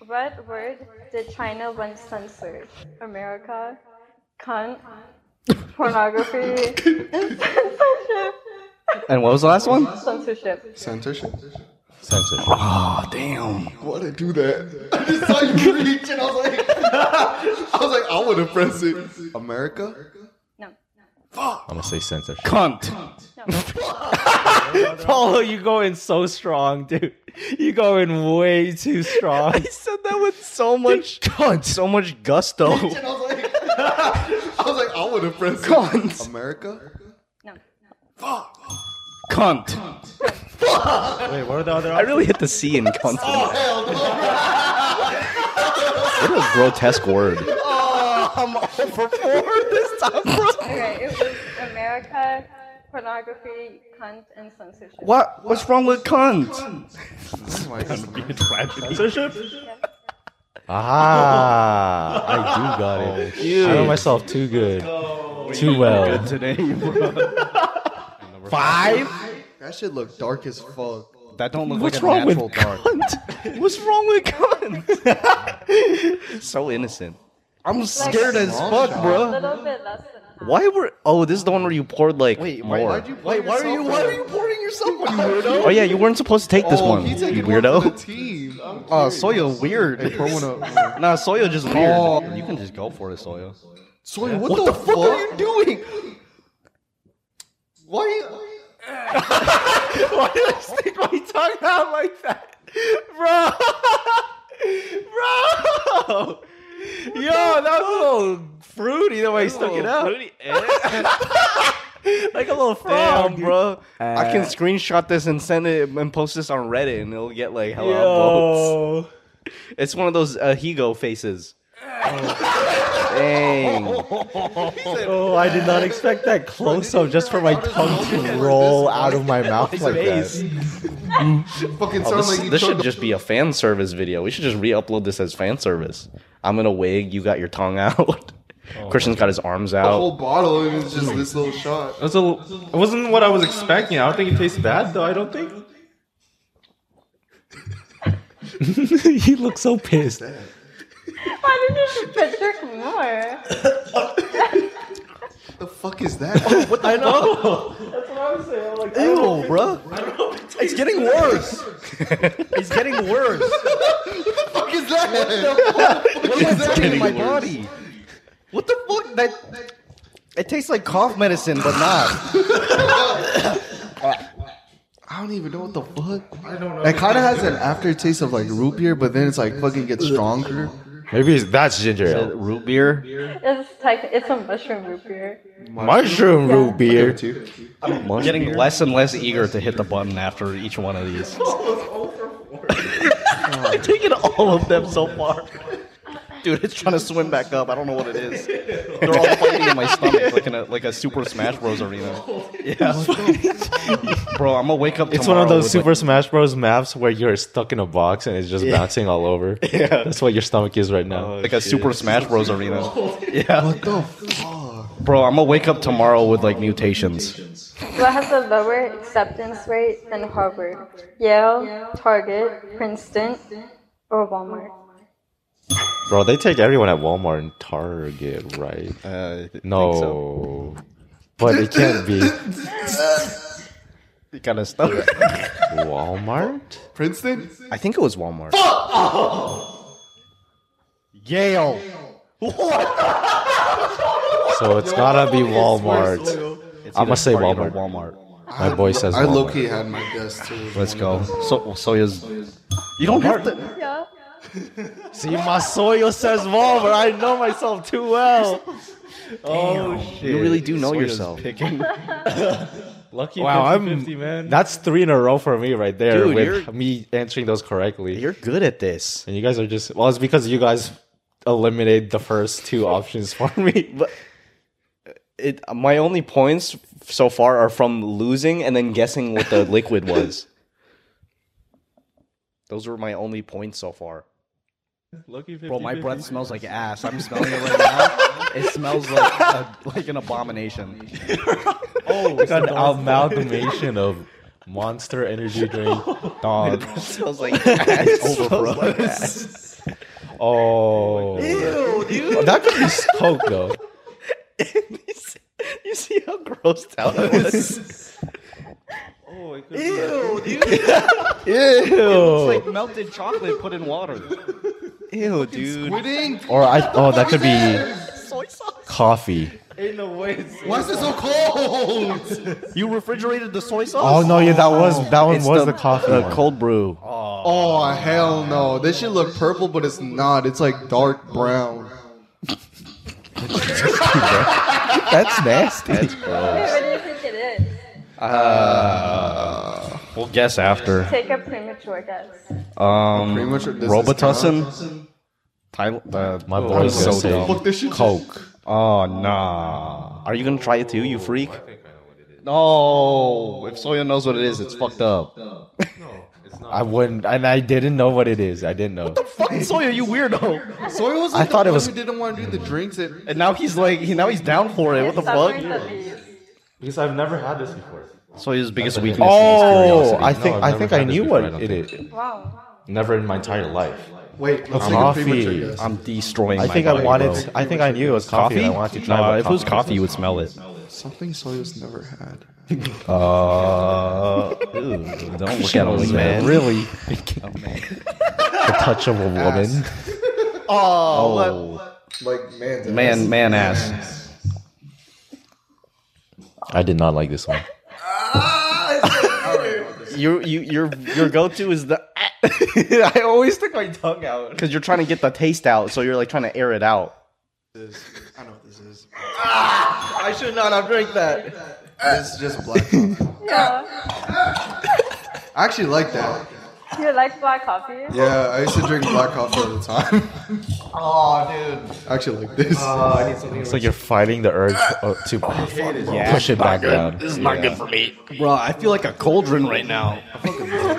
S6: What word did China once censor? America, cunt, pornography, and censorship.
S2: And what was the last one?
S6: Censorship.
S4: Censorship.
S3: Censorship.
S2: Oh, damn.
S4: Why did I do that? I just saw you reach, and I was like, I was like, I would have pressed it. America.
S6: No.
S3: I'm gonna say censorship.
S2: Cunt.
S3: Paulo, you go in so strong, dude. You go in way too strong.
S1: I said that with so much so much gusto.
S4: And I was like, I was like, I would have pressed it.
S2: Cunt.
S4: America.
S6: No.
S2: Cunt.
S3: Wait, what are the other
S1: I really hit the C in consonant. what a grotesque word.
S6: Okay, it was America, pornography, cunt, and censorship.
S2: What? What's wrong with cunt?
S4: Oh my God.
S3: Ah, I do got it. I know myself too good, too well.
S2: Today, Five?
S4: That shit looked dark as fuck.
S2: That don't look
S3: What's
S2: like a
S3: wrong with
S2: natural dark.
S3: cunt?
S1: What's wrong with cunt? so innocent.
S2: I'm scared as fuck,
S6: A
S2: bro.
S6: little bit less than half.
S1: Why were? Oh, this is the one where you poured like
S2: Wait, why-
S1: more.
S4: Why'd you pour
S2: Wait, why are
S4: yourself
S2: you? Why
S4: out?
S2: are you pouring yourself? You weirdo.
S1: oh yeah, you weren't supposed to take this
S4: Oh,
S1: one.
S4: he
S1: you
S4: taking
S1: weirdo.
S4: One for the team.
S2: Uh, Soya weird.
S4: Pour one up.
S2: Nah, Soya just weird. You can just go for it, Soya.
S4: Soy, what,
S2: What
S4: the,
S2: the fuck are you doing?
S4: Why? you-
S2: Why did I stick my tongue out like that? Bro! Bro! Yo, that was a little fruity the way I stuck it out.
S1: like a little frog, bro. I can screenshot this and send it and post this on Reddit, and it'll get like hella votes. It's one of those uh, Higo faces. Dang.
S3: Oh, I did not expect that close up just for my tongue to roll out of my mouth like that.
S4: Fucking sound
S1: This,
S4: like you
S1: this
S4: choked
S1: should just be a fan service video. We should just re-upload this as fan service. I'm in a wig. You got your tongue out. Christian's got his arms
S4: a
S2: Oh,
S4: whole
S1: out.
S4: bottle and it's just this little shot.
S3: It, was a, it wasn't what I was expecting. I don't think it tastes bad, though. I don't think. he looks so pissed.
S6: Why didn't you drink more?
S4: What the fuck is that?
S2: What the I know. That's what I was saying. I'm like, Ew, bro. It's getting worse. it's getting worse.
S4: fuck is that?
S2: What am I putting in my body? What the fuck? That it tastes like cough medicine, but not.
S4: I don't even know what the fuck. I don't know. It kind of has an aftertaste of like root beer, but then it's like fucking gets stronger.
S3: Maybe it's, that's ginger
S1: Uh,
S3: ale.
S2: Root beer.
S6: It's tech. It's a mushroom root beer.
S3: Mushroom root beer.
S2: I'm getting less and less eager to hit the button after each one of these. I've taken all of them so far. Dude, it's trying to swim back up. I don't know what it is. They're all fighting in my stomach, like in a like a Super Smash Bros. arena. Yeah, bro, I'm gonna wake up.
S3: It's one of
S2: tomorrow
S3: those
S2: with, like,
S3: Super Smash Bros. maps where you're stuck in a box and it's just bouncing all over. Yeah. That's what your stomach is right now.
S2: like a Super Smash Bros. arena. Yeah. What the Bro, I'm gonna wake up tomorrow with like mutations.
S6: What has a lower acceptance rate than Harvard, Yale, Target, Princeton, or Walmart?
S3: Bro, they take everyone at Walmart and Target, right?
S2: Uh,
S3: no. But it can't be
S2: kind of stuff.
S3: Walmart?
S4: Princeton?
S2: I think it was Walmart. Oh!
S7: Yale.
S3: So it's gotta be Walmart. I'm gonna say
S2: Target or
S3: Walmart.
S2: Walmart.
S3: My boy says
S4: I
S3: Walmart.
S4: low key had my guess too.
S2: Let's go. So Soya's. You don't have to.
S6: Yeah.
S3: See, my soil says Walmart. I know myself too well. Oh shit!
S2: You really do know yourself.
S3: Lucky
S7: Wow, I'm-
S3: 50-50, man. That's three in a row for me right there
S2: Dude, you're-
S3: with me answering those correctly.
S2: You're good at this.
S3: And you guys are just well, it's because you guys eliminated the first two options for me.
S1: But it my only points so far are from losing and then guessing what the liquid was. Those were my only points so far.
S2: Bro, my breath smells like ass. I'm smelling it right now. It smells like a, like an abomination.
S3: Oh, it's an amalgamation of Monster Energy drink. Dog.
S1: Smells like ass.
S3: Oh, that could be Coke though.
S1: you see how grossed out I was?
S3: Oh,
S2: It's like melted chocolate put in water.
S1: Ew, dude.
S3: Or I oh that could be coffee.
S4: Why is it so cold?
S2: You refrigerated the soy
S3: Oh
S2: sauce?
S3: no, yeah, that was that one
S1: It's
S3: was the, coffee.
S1: The
S3: one.
S1: Uh, cold brew.
S4: Oh hell no! This should look purple, but it's not. It's like dark brown.
S2: that's nasty.
S6: Wait, what do you think it is?
S2: We'll guess after.
S6: Take a premature guess.
S1: Um,
S4: Pretty much. what this is
S2: Robitussin. Tyler, uh,
S3: My
S1: oh,
S3: boy is
S2: so
S3: so
S4: now. Fuck this shit.
S3: Coke.
S2: oh nah.
S1: Are you gonna try it too, you freak?
S2: No, if Soya knows what it is, it's fucked up.
S3: I wouldn't, and I didn't know what it is. I didn't know.
S2: Fucking Soya, you weirdo.
S4: Soy was like
S2: I thought
S4: the
S2: it
S4: one
S2: was-
S4: Who didn't want to do the drinks? At,
S2: And now he's like, he, now he's down for it. What the
S6: It's suffering
S2: fuck?
S6: the least.
S3: Because I've never had this before.
S2: Soya's biggest weakness.
S3: Oh,
S2: is
S3: I think I've I never think I had this knew before, what I don't it is.
S6: Wow.
S3: Never in my entire life.
S4: wait, let's take a
S3: Coffee.
S4: premature guess.
S2: I'm destroying.
S3: I
S2: my
S3: think I
S2: body,
S3: wanted.
S2: bro.
S3: I think I knew it was coffee. and I wanted to try.
S2: Nah,
S3: what
S2: if it was coffee, you would smell it.
S4: Something Soyuz never had.
S2: Uh, ew, don't look at him like that.
S3: Really, the touch of a woman.
S2: Oh,
S4: Like man,
S2: man, man, ass.
S3: I did not like this one.
S1: Your you your your go to is the
S2: I always stick my tongue out.
S1: because you're trying to get the taste out, so you're like trying to air it out.
S4: I know what this is.
S2: I should not have drank that.
S4: Ah! It's just black. coffee.
S6: Yeah.
S4: I actually like that.
S6: You like black coffee?
S4: Yeah, I used to drink black coffee all the time. oh, dude. Uh, I actually like this.
S3: It's like you're fighting the urge uh, to push it back down.
S7: This is not good for me.
S2: Bro, I feel like a cauldron right now.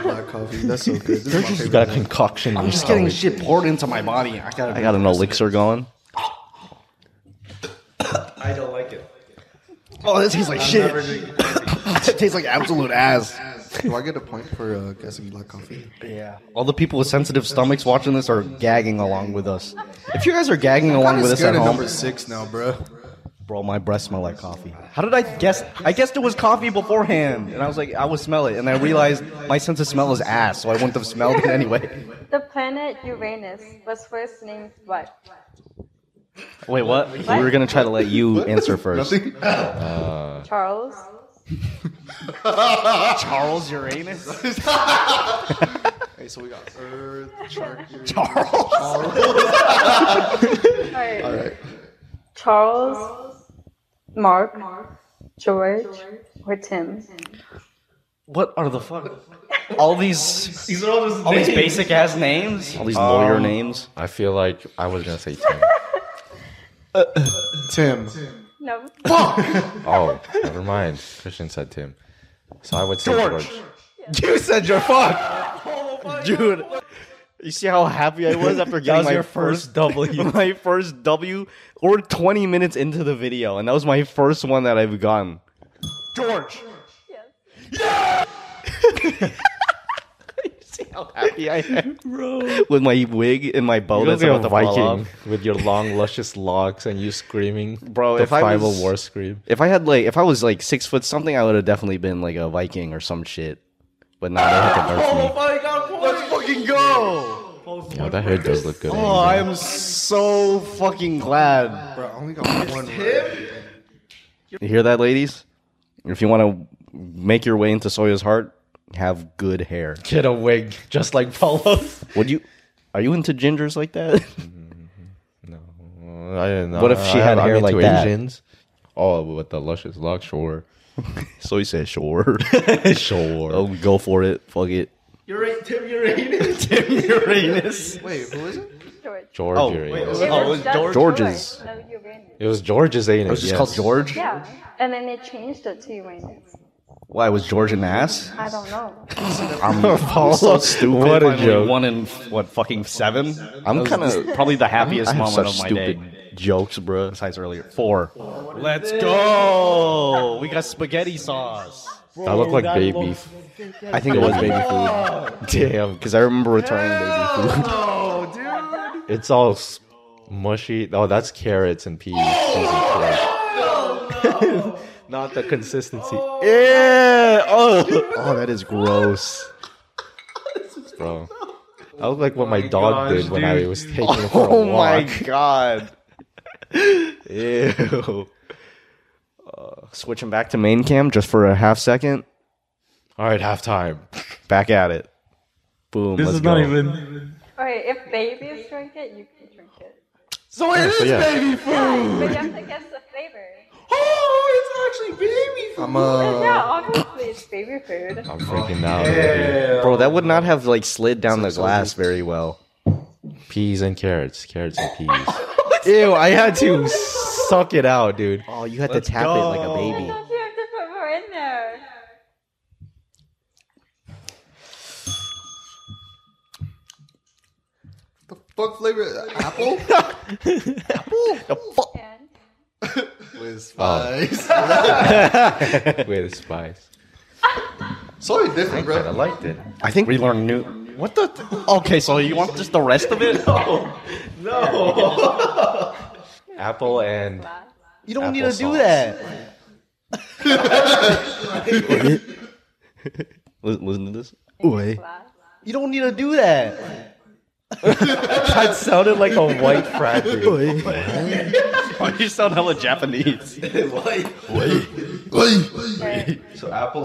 S4: black coffee. That's so good. This is my
S3: You
S4: favorite
S3: got a
S4: thing.
S3: concoction.
S2: I'm just getting shit poured into my body. I gotta.
S1: I got an elixir going.
S2: Oh, this tastes like shit. it tastes like absolute ass.
S4: Do I get a point for uh, guessing black coffee?
S2: Yeah. All the people with sensitive stomachs watching this are gagging along with us. If you guys are gagging along
S4: I'm
S2: with us at
S4: scared of
S2: home,
S4: number six now, bro.
S2: bro, my breath smell like coffee. How did I guess? I guessed it was coffee beforehand, and I was like, I would smell it, and I realized my sense of smell is ass, so I wouldn't have smelled it anyway.
S6: The planet Uranus was first named what?
S1: Wait, what? We were gonna try to let you answer first.
S4: Nothing.
S6: Charles?
S2: Charles Uranus.
S4: Okay, so we got Earth, Shark.
S2: Charles.
S6: Alright.
S4: right.
S6: Charles, Mark, George, or Tim?
S2: What are the fuck?
S1: all these
S8: These are all just
S1: all these
S8: names.
S1: basic ass names, Um, all these lawyer names.
S3: I feel like I was gonna say Tim.
S4: Tim.
S6: No.
S3: Oh, never mind. Christian said Tim. So I would say George.
S1: You said your fuck, dude. You see how happy I was after getting
S2: was
S1: my
S2: your
S1: first W, my first W. We're 20 minutes into the video, and that was my first one that I've gotten. George.
S6: Yes.
S1: Happy I am, bro. With my wig and my bow that's about to fall off.
S3: with your long, luscious locks and you screaming,
S1: Bro,
S3: The
S1: if I
S3: primal
S1: was-
S3: war scream.
S1: If I had like, if I was like six foot something, I would have definitely been like a Viking or some shit. But now they have to nerf me.
S8: my god, Paul.
S1: Let's fucking go!
S3: Yo, that hair does look good.
S1: Oh, I'm so fucking glad.
S4: Bro, I only got one. right.
S1: You hear that, ladies? If you want to make your way into Soya's heart, have good hair.
S3: get a wig just like Paulo's.
S1: Would you? Are you into gingers like that?
S3: I don't know.
S1: What if she
S3: I-
S1: had
S3: I'm
S1: hair
S3: into
S1: like that?
S3: Asians. Oh, with the luscious locks, sure,
S1: so he said, "Sure,
S3: sure.
S1: oh, go for it. Fuck it."
S8: You're right, Tim Uranus.
S1: Uranus.
S4: Wait, who is it?
S6: George.
S3: George
S1: Oh,
S3: Uranus.
S1: wait,
S3: it, was,
S1: was- oh, it was
S6: just
S1: George- George's.
S6: No, Uranus.
S3: George's anus. It
S1: was just called George.
S6: Yeah, and then they changed it to Uranus.
S1: Why was George an ass?
S6: I don't know.
S1: I'm so stupid.
S3: What a
S1: Finally,
S3: joke.
S1: One in what fucking seven?
S2: I'm kind of
S1: Probably the happiest
S2: I have
S1: moment
S2: such
S1: of my
S2: stupid
S1: day.
S2: jokes, bro.
S1: Besides earlier, four. Let's go. We got spaghetti sauce.
S3: That looked like baby beef.
S2: I think it was baby food
S3: Damn,
S1: Because I remember returning baby food.
S3: it's all s- mushy. Oh, that's carrots and peas. Jesus Christ. Not the consistency.
S1: Yeah. Oh. oh, that is gross.
S3: bro. I look like what my, dog did when I was taking him for a
S1: Oh
S3: walk.
S1: my god. Ew. Uh, switching back to main cam just for a half second.
S3: All right, halftime.
S1: Back at it. Boom.
S8: This
S1: let's
S8: is not
S1: go.
S8: even.
S6: Okay, if babies drink it, you can drink it.
S4: So it is
S3: yeah.
S4: baby food.
S6: But you have to guess the flavor.
S4: Oh, it's actually baby food. I'm uh,
S6: yeah, obviously it's baby food.
S3: I'm freaking out. already.
S1: Bro, that would not have like slid down the glass very well.
S3: Peas and carrots, carrots and peas. Ew, I had to suck it out, dude.
S1: Oh, you had to tap it like a baby.
S6: Don't you have to put more in there?
S4: fuck flavor uh, apple.
S6: And
S4: With spice.
S3: With spice.
S4: so different,
S3: I
S4: bro.
S3: liked it.
S1: I think we learned new. What the? okay, so you want just the rest of it?
S3: Apple and
S1: You don't need to
S3: Applesauce.
S1: do that. Listen listen to this. Wait.
S6: glass.
S1: You don't need to do that.
S3: that sounded like a white frat. Dude.
S1: you sound hella Japanese.
S6: Okay.
S3: So
S6: You have
S3: applesauce
S6: to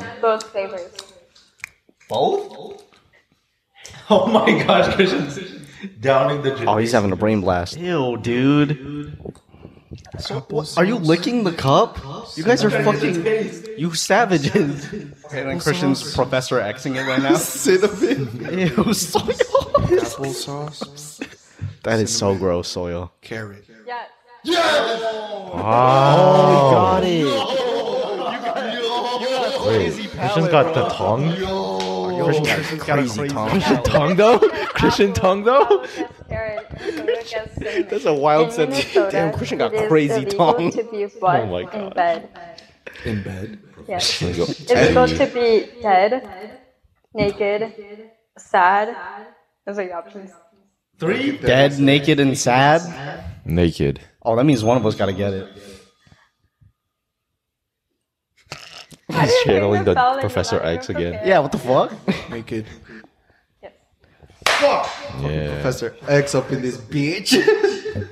S6: guess both flavors.
S3: both.
S8: Oh my gosh, Christian.
S3: Downing the.
S1: Oh, he's having a brain blast.
S9: Ew, dude.
S1: Are you licking the cup? You guys are fucking.
S8: Taste.
S1: You savages. And then Christian's Professor Xing it right now.
S4: Cinnamon.
S1: Ew, soil.
S4: Applesauce.
S1: That is so gross, soil.
S4: Carrot.
S6: Yeah.
S1: Got it.
S3: Wait, Christian's got the tongue.
S4: Yo.
S1: Christian's got a crazy tongue.
S3: tongue though. Christian tongue
S6: I
S3: though.
S6: would guess carrot. I would guess cinnamon.
S1: That's a wild
S6: In
S1: sentence.
S6: Minnesota,
S1: Damn, Christian got
S6: it is
S1: crazy
S6: illegal
S1: tongue.
S6: To be what
S3: Oh my
S6: in
S3: God.
S6: bed?
S4: In bed.
S6: Yes.
S3: Go,
S6: It's
S3: Teddy.
S6: illegal to be dead, naked, sad. Those are your options.
S8: Three.
S1: Dead, naked, and sad.
S3: Naked.
S1: Oh, that means one of us gotta get it.
S6: He's
S3: channeling the Professor X again.
S1: Yeah, what the fuck?
S4: Naked.
S3: Yeah.
S4: Professor X up in this bitch.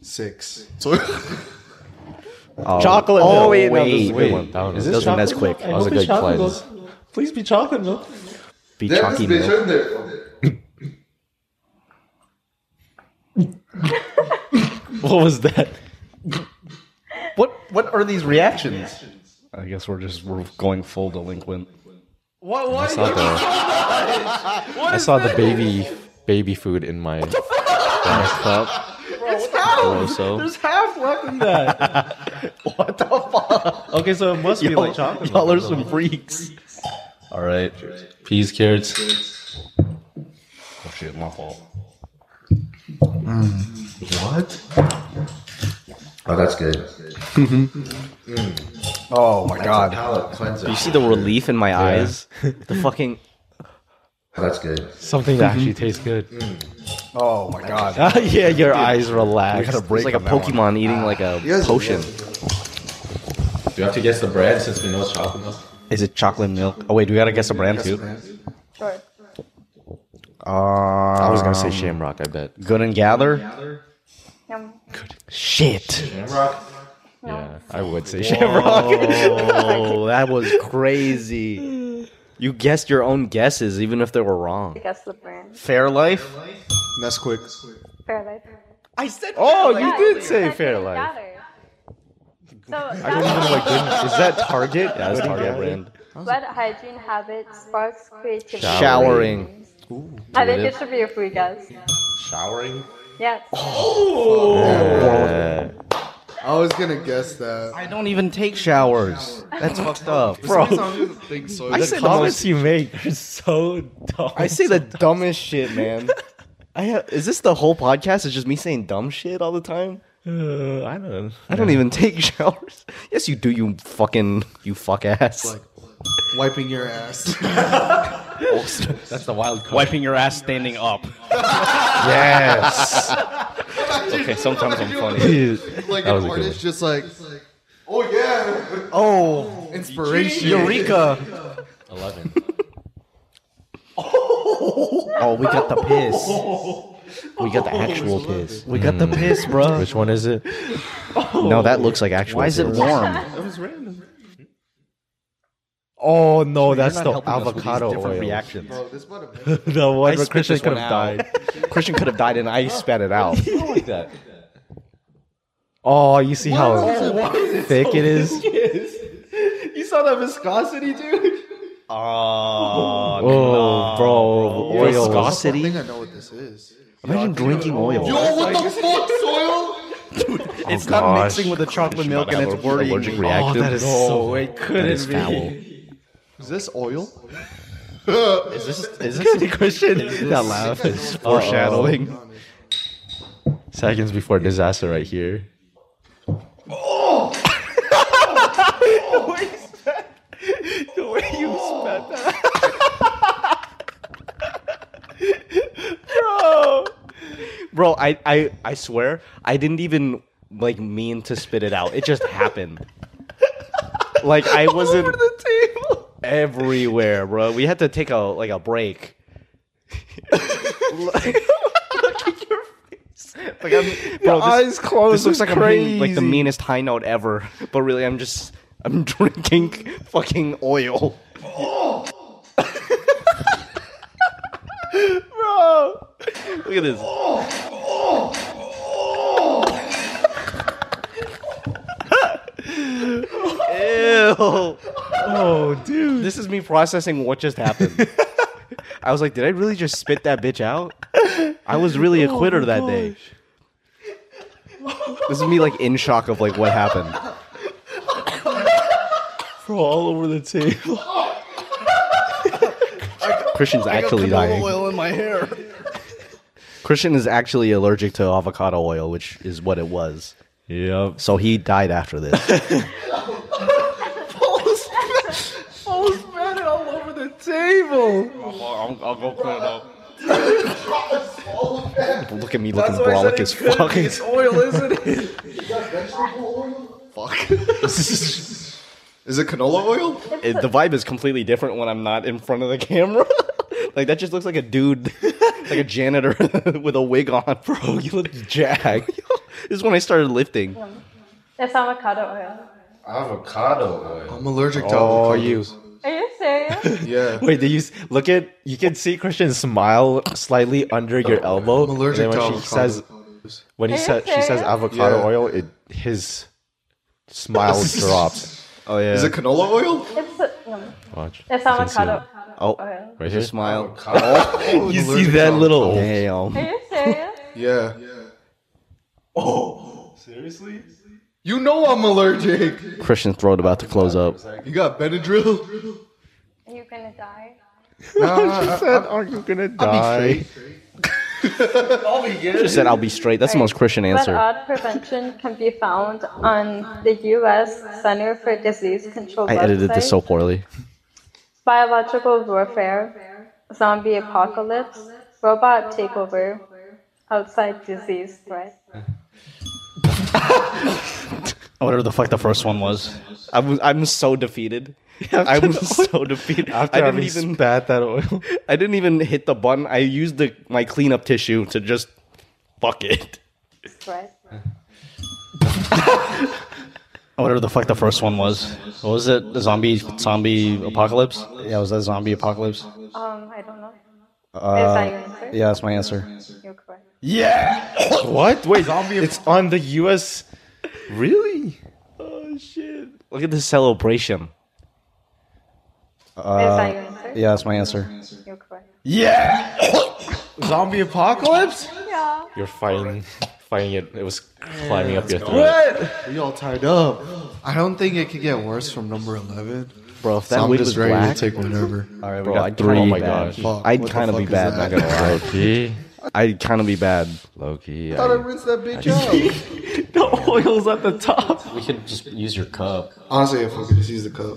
S4: Six. So
S1: Chocolate.
S3: Oh,
S1: milk.
S3: wait, no, this is
S1: wait.
S3: a good one. That one was-
S1: This one, that's quick.
S3: That was a good cleanse.
S8: Please be chocolate milk.
S1: Be
S4: there's
S1: chalky
S4: this bitch
S1: milk.
S4: right there.
S3: What was that?
S1: What What are these reactions? I guess we're just we're going full delinquent.
S10: What? What?
S3: I saw the, I saw the baby baby food in my
S1: Next up, Rosso.
S10: There's half left in that.
S2: What the fuck?
S7: Okay, so it must be like chocolate.
S2: Y'all are some freaks.
S7: All right.
S3: peas carrots.
S7: Oh, shit, my fault.
S10: What?
S7: Oh, that's good.
S2: Oh my god.
S10: Palate cleanser.
S1: You see the relief in my eyes? The fucking
S10: Oh, that's good.
S3: Something that actually tastes good.
S2: Oh my god.
S3: yeah, your eyes relax.
S1: it's like a Pokemon eating like a
S4: You guys-
S1: potion.
S3: Do you have to guess the bread since we know it's chocolate milk?
S2: Is it chocolate milk? Oh wait, do we gotta guess the brand too?
S6: Sure.
S2: Uh,
S3: I was gonna say shamrock. I bet.
S2: Good and Gather.
S6: Yum.
S2: Shit.
S3: Yeah, I would say shamrock.
S1: Oh, that was crazy. You guessed your own guesses, even if they were wrong.
S6: guess the brand.
S2: Fairlife.
S4: Nesquik.
S6: Fairlife.
S2: I said.
S3: Oh,
S6: Yeah,
S3: you did say
S6: said Good and
S3: Fairlife.
S6: Gather. So,
S3: I didn't even like. Didn't, is that Target?
S1: That was
S3: Good
S1: Target
S3: Gather?
S1: brand.
S6: what hygiene habit sparks creativity?
S1: Showering.
S6: I think it should be a free guess.
S10: Showering.
S6: Yes.
S3: Yeah.
S4: I was gonna guess that.
S2: I don't even take showers. That's fucked up.
S4: Bro,
S2: I
S4: I
S2: said
S3: Comments you make are so dumb.
S1: I say the dumbest shit, man. I have, is this the whole podcast? Is just me saying dumb shit all the time?
S3: Uh, I don't.
S1: I don't even take showers. Yes, you do. You fucking you fuck ass.
S4: wiping your ass.
S3: That's the wild card.
S7: Wiping your ass standing up.
S3: Yes.
S1: okay, sometimes I'm funny.
S4: like
S3: That was a good
S4: an artist,
S3: one.
S4: just like, oh yeah,
S2: Oh,
S4: inspiration.
S2: Eureka!
S3: Eleven.
S2: Oh, we got the piss. We
S1: Oh,
S2: got the actual piss. Mm. We got the piss, bro.
S3: Which one is it?
S1: No, that looks like actual.
S2: Why is it
S1: pills.
S2: warm?
S3: Oh no, that's the
S2: avocado
S3: avocado
S2: different
S3: oil.
S2: reactions.
S4: Bro, this buttermilk.
S3: The one where
S1: spit
S3: Christian
S1: this one
S3: could have
S1: out.
S3: died.
S1: Christian could have died, and I spat it out.
S3: I like that. Oh, you see how thick it is?
S2: You saw that viscosity, dude?
S3: Oh, bro, oil.
S4: I
S1: Viscosity.
S4: think I know what this is.
S1: Imagine drinking
S4: Yo,
S1: oil.
S4: Oh, what the fuck, soil?
S2: it's not
S3: Oh, gosh.
S2: mixing with the chocolate milk and it's worrying
S1: allergic
S2: me.
S3: Oh,
S1: reactant.
S3: that is so. It couldn't
S1: foul.
S4: Is this oil?
S1: Is this is this
S3: Christian, that laugh is foreshadowing. Seconds before disaster, right here.
S1: bro? I I I swear I didn't even like mean to spit it out. It just happened. Like I wasn't everywhere, bro. We had to take a like a break. Look at your face. Like I'm, bro, this,
S3: eyes closed.
S1: this looks like I'm hitting, like the
S3: Oh, crazy.
S1: meanest high note ever, but really I'm just I'm drinking fucking oil. Bro, look at this. Ew.
S3: Oh, dude.
S1: This is me processing what just happened. I was like, did I really just spit that bitch out? I was really a quitter that day. This is me like in shock of like what happened.
S3: Bro, all over the table.
S1: Christian's actually dying.
S2: oil in my hair.
S1: Christian is actually allergic to avocado oil, which is what it was.
S3: Yep.
S1: So he died after this.
S7: I'll, I'll go clean it up.
S1: Look at me looking brolic as fuck.
S10: oil, isn't it?
S4: Is it canola oil?
S1: It- the vibe is completely different when I'm not in front of the camera. like that just looks like a dude, like a janitor with a wig on, bro. You look jacked. this is when I started lifting.
S6: It's avocado oil.
S10: Avocado oil.
S4: I'm allergic to
S3: Oh,
S4: avocados.
S3: you.
S6: Are you serious?
S4: Yeah.
S3: Wait, did you s- look at? You can see Christian smile slightly under your elbow.
S4: I'm allergic
S3: and
S4: to
S3: then when she
S4: avocados.
S3: says, when he
S6: Are you
S3: said, she says
S6: serious?
S3: avocado
S4: Yeah.
S3: oil, it his smile drops.
S1: Oh yeah.
S4: Is it canola oil?
S6: it's
S3: Watch.
S6: It's
S3: You can see
S6: avocado.
S1: Oh,
S6: oil.
S3: Right here.
S1: just smile.
S10: Avocado.
S1: You see that little? Damn.
S6: Are you serious?
S4: Yeah.
S10: Seriously?
S4: You know I'm allergic.
S1: Christian's throat about to close up.
S4: You got Benadryl?
S6: Are you gonna die?
S3: Are you gonna die?
S1: She said, "I'll be straight." That's the most Christian
S6: But uh,
S1: answer.
S6: odd prevention can be found on the U.S. Center for Disease Control
S1: I edited this
S6: website.
S1: so poorly.
S6: biological warfare, zombie apocalypse, robot takeover, outside disease threat.
S7: Whatever the fuck the first one was.
S1: I was, I'm so defeated. I was so defeated.
S3: After
S1: I didn't
S3: having
S1: even
S3: spat that oil.
S1: I didn't even hit the button. I used the my cleanup tissue to just fuck it.
S6: Threat.
S7: Whatever the fuck the first one was. What was it? The zombie zombie apocalypse? Yeah, was that zombie apocalypse?
S6: Um, I don't know. Is
S7: Uh,
S6: that your answer?
S7: yeah, that's my answer.
S6: You're correct.
S3: what? Wait, zombie. It's on the U.S. Really?
S1: Oh shit! Look at this celebration.
S6: Is that your
S1: Uh,
S6: answer?
S7: Yeah, that's my answer.
S6: You're correct.
S4: Zombie apocalypse?
S6: Yeah.
S3: You're fighting, fighting it. It was climbing up your throat.
S4: We all tied up. I don't think it could get worse from number 11.
S1: Bro, if
S4: So
S1: that
S4: I'm
S1: wig was
S4: just ready
S1: black,
S4: to take whatever.
S1: all right,
S3: Bro,
S1: bro, I'd
S3: I'd
S1: three.
S3: kinda
S1: Oh
S3: be
S1: my
S3: bad.
S1: gosh,
S4: Fuck,
S1: I'd
S4: what the
S1: kind of be
S4: fuck is
S1: bad.
S4: that?
S1: Not gonna lie,
S3: Loki,
S1: I'd kind of be bad.
S3: Loki.
S4: I thought I
S3: I,
S4: rinsed that bitch out.
S1: The oil's at the top.
S7: We could just use your cup.
S4: Honestly, if I could just use the cup.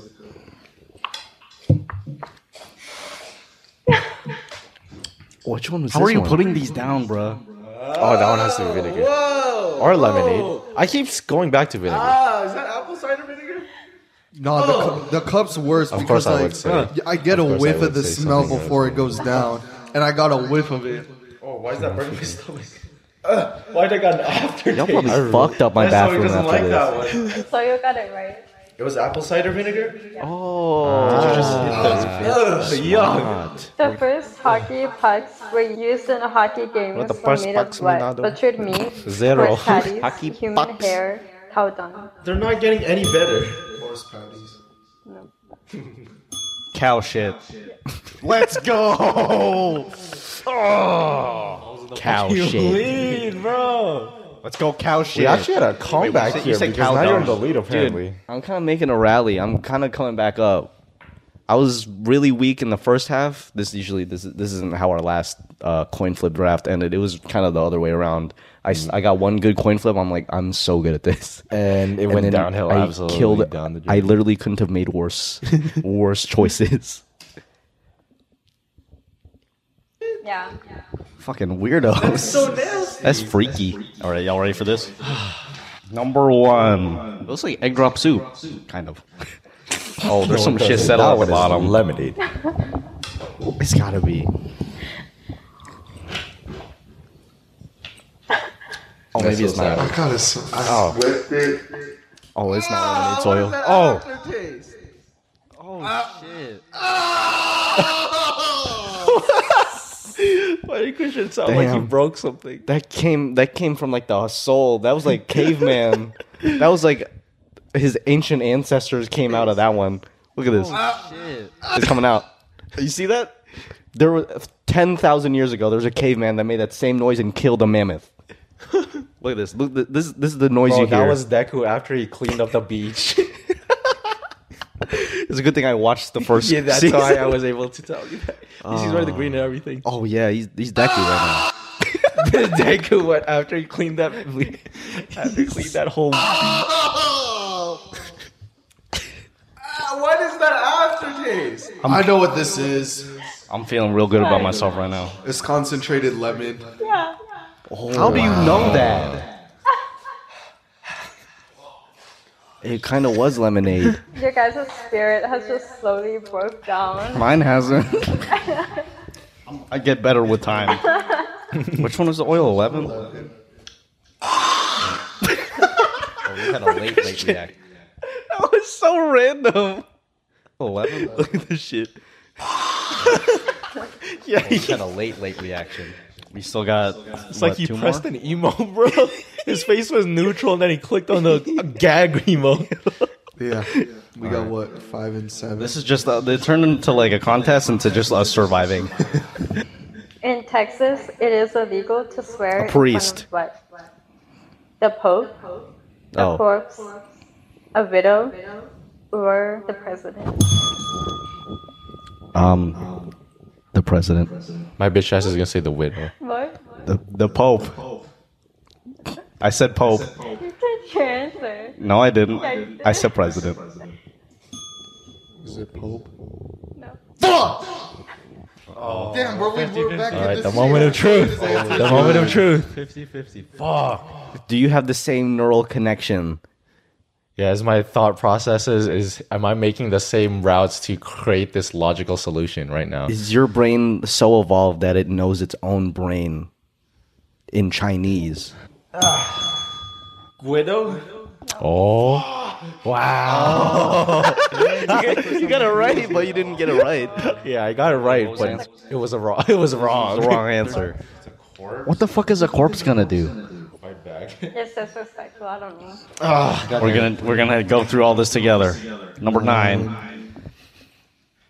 S1: Which one was?
S7: How
S1: this
S7: are you
S1: one?
S7: putting these down, bro?
S3: oh, that one has to be vinegar or lemonade. I keep s- going back to vinegar.
S10: Ah, is that apple cider vinegar?
S4: No, the, cu- the cup's worse
S3: Of
S4: because
S3: course I
S4: like,
S3: would say.
S4: y- I get a
S3: Of course I
S4: whiff of
S3: would
S4: the
S3: say
S4: smell
S3: something
S4: before
S3: else.
S4: it goes down, and I got a whiff of it.
S10: Oh, why is that burning my stomach? Uh, why did I got an aftertaste?
S1: Y'all probably fucked up my
S10: That's why he
S1: bathroom
S10: doesn't
S1: after
S10: like
S1: this.
S10: that one.
S6: So you got it right.
S10: It was apple cider vinegar?
S3: Oh. Ah.
S6: The first hockey pucks were used in a hockey game
S3: What the
S6: were
S3: first
S6: made of
S3: pucks
S6: blood,
S3: Minado?
S6: butchered meat,
S3: Zero.
S6: horse patties,
S3: Hockey
S6: human
S3: pucks.
S6: hair, cow dung.
S10: They're not getting any better. Horse patties.
S7: Cow shit.
S1: Let's go. Cow shit.
S7: Oh! Let's go cow shit.
S3: We actually had a
S7: you
S3: comeback
S7: said- you
S3: here
S7: said
S3: because
S7: cow
S3: now you're in
S7: dung.
S3: the lead apparently.
S1: Dude, I'm kind of making a rally. I'm kind of coming back up. I was really weak in the first half. This usually this this isn't how our last uh, coin flip draft ended. It was kind of the other way around. I, s- I got one good coin flip. I'm like I'm so good at this.
S3: And it went
S1: then
S3: downhill.
S1: I
S3: absolutely
S1: killed.
S3: down the drain.
S1: I literally couldn't have made worse worse choices.
S6: Yeah.
S1: Fucking weirdos. That's so nasty. That's freaky.
S7: All right, y'all ready for this? Number one.
S1: It looks like egg drop soup.
S7: Kind of.
S1: Oh, there's some shit
S3: Because
S1: set
S3: that
S1: up at
S3: one
S1: the
S3: is
S1: bottom.
S3: Lemonade.
S1: It's gotta be. Oh, maybe it's not.
S4: I got a s- I-
S1: Oh, it's not lemonade oil.
S3: Oh,
S1: Oh, Why did Christian sound like he broke something? That came that came from like the soul. That was like caveman. that was like his ancient ancestors came out of that one. Look at this. It's coming out. You see that? There were ten thousand years ago. There was a caveman that made that same noise and killed a mammoth. Look at this. Look, th- this this is the noise
S3: Bro,
S1: you hear.
S3: Oh, that was Deku after he cleaned up the beach.
S1: it's a good thing I watched the first.
S3: yeah, that's
S1: season.
S3: why I was able to tell you that. He's wearing the green and everything.
S1: Oh yeah, he's he's Deku right now.
S3: Deku went after he cleaned that after he cleaned that whole
S10: What is that aftertaste?
S4: I know what this is.
S7: I'm feeling real good about myself right now.
S4: It's concentrated lemon.
S6: Yeah.
S1: How do you know that? It kind of was lemonade.
S6: Your guys' spirit has just slowly broke down.
S7: Mine hasn't. I get better with time. Which one was the oil? 11?
S1: That was so random.
S7: 11?
S1: Look at this shit. yeah,
S7: had a late, late reaction. We still got.
S3: It's like he pressed an emo, bro. His face was neutral and then he clicked on the gag emote.
S4: Yeah. We got what five and seven.
S1: This is just, uh, they turned into like a contest into just us surviving.
S6: In Texas, it is illegal to swear. in front of
S1: priest.
S6: what? The Pope, a
S1: Oh.
S6: corpse, a widow, or the president.
S1: Um, the president.
S3: My bitch ass is gonna say the widow.
S6: What?
S1: The, the Pope. I said Pope.
S6: You said your answer.
S1: No, I didn't.
S6: I didn't.
S1: I said president.
S4: Is it Pope?
S6: No.
S4: Fuck! Damn, bro, we, we're back
S11: All
S4: at
S11: right,
S4: this
S11: the moment of truth. The moment of truth. 50 50.
S3: Ah.
S11: Fuck.
S1: Do you have the same neural connection?
S3: Yeah, as my thought processes is, am I making the same routes to create this logical solution right now?
S1: Is your brain so evolved that it knows its own brain in Chinese?
S11: Guido?
S3: Oh, wow!
S1: you got it right, but you didn't get it right.
S3: Yeah, I got it right, but it was a wrong. It was wrong.
S1: Wrong answer. What the fuck is a corpse gonna do?
S6: It's disrespectful. I don't know.
S1: We're gonna we're gonna go through all this together. Number nine.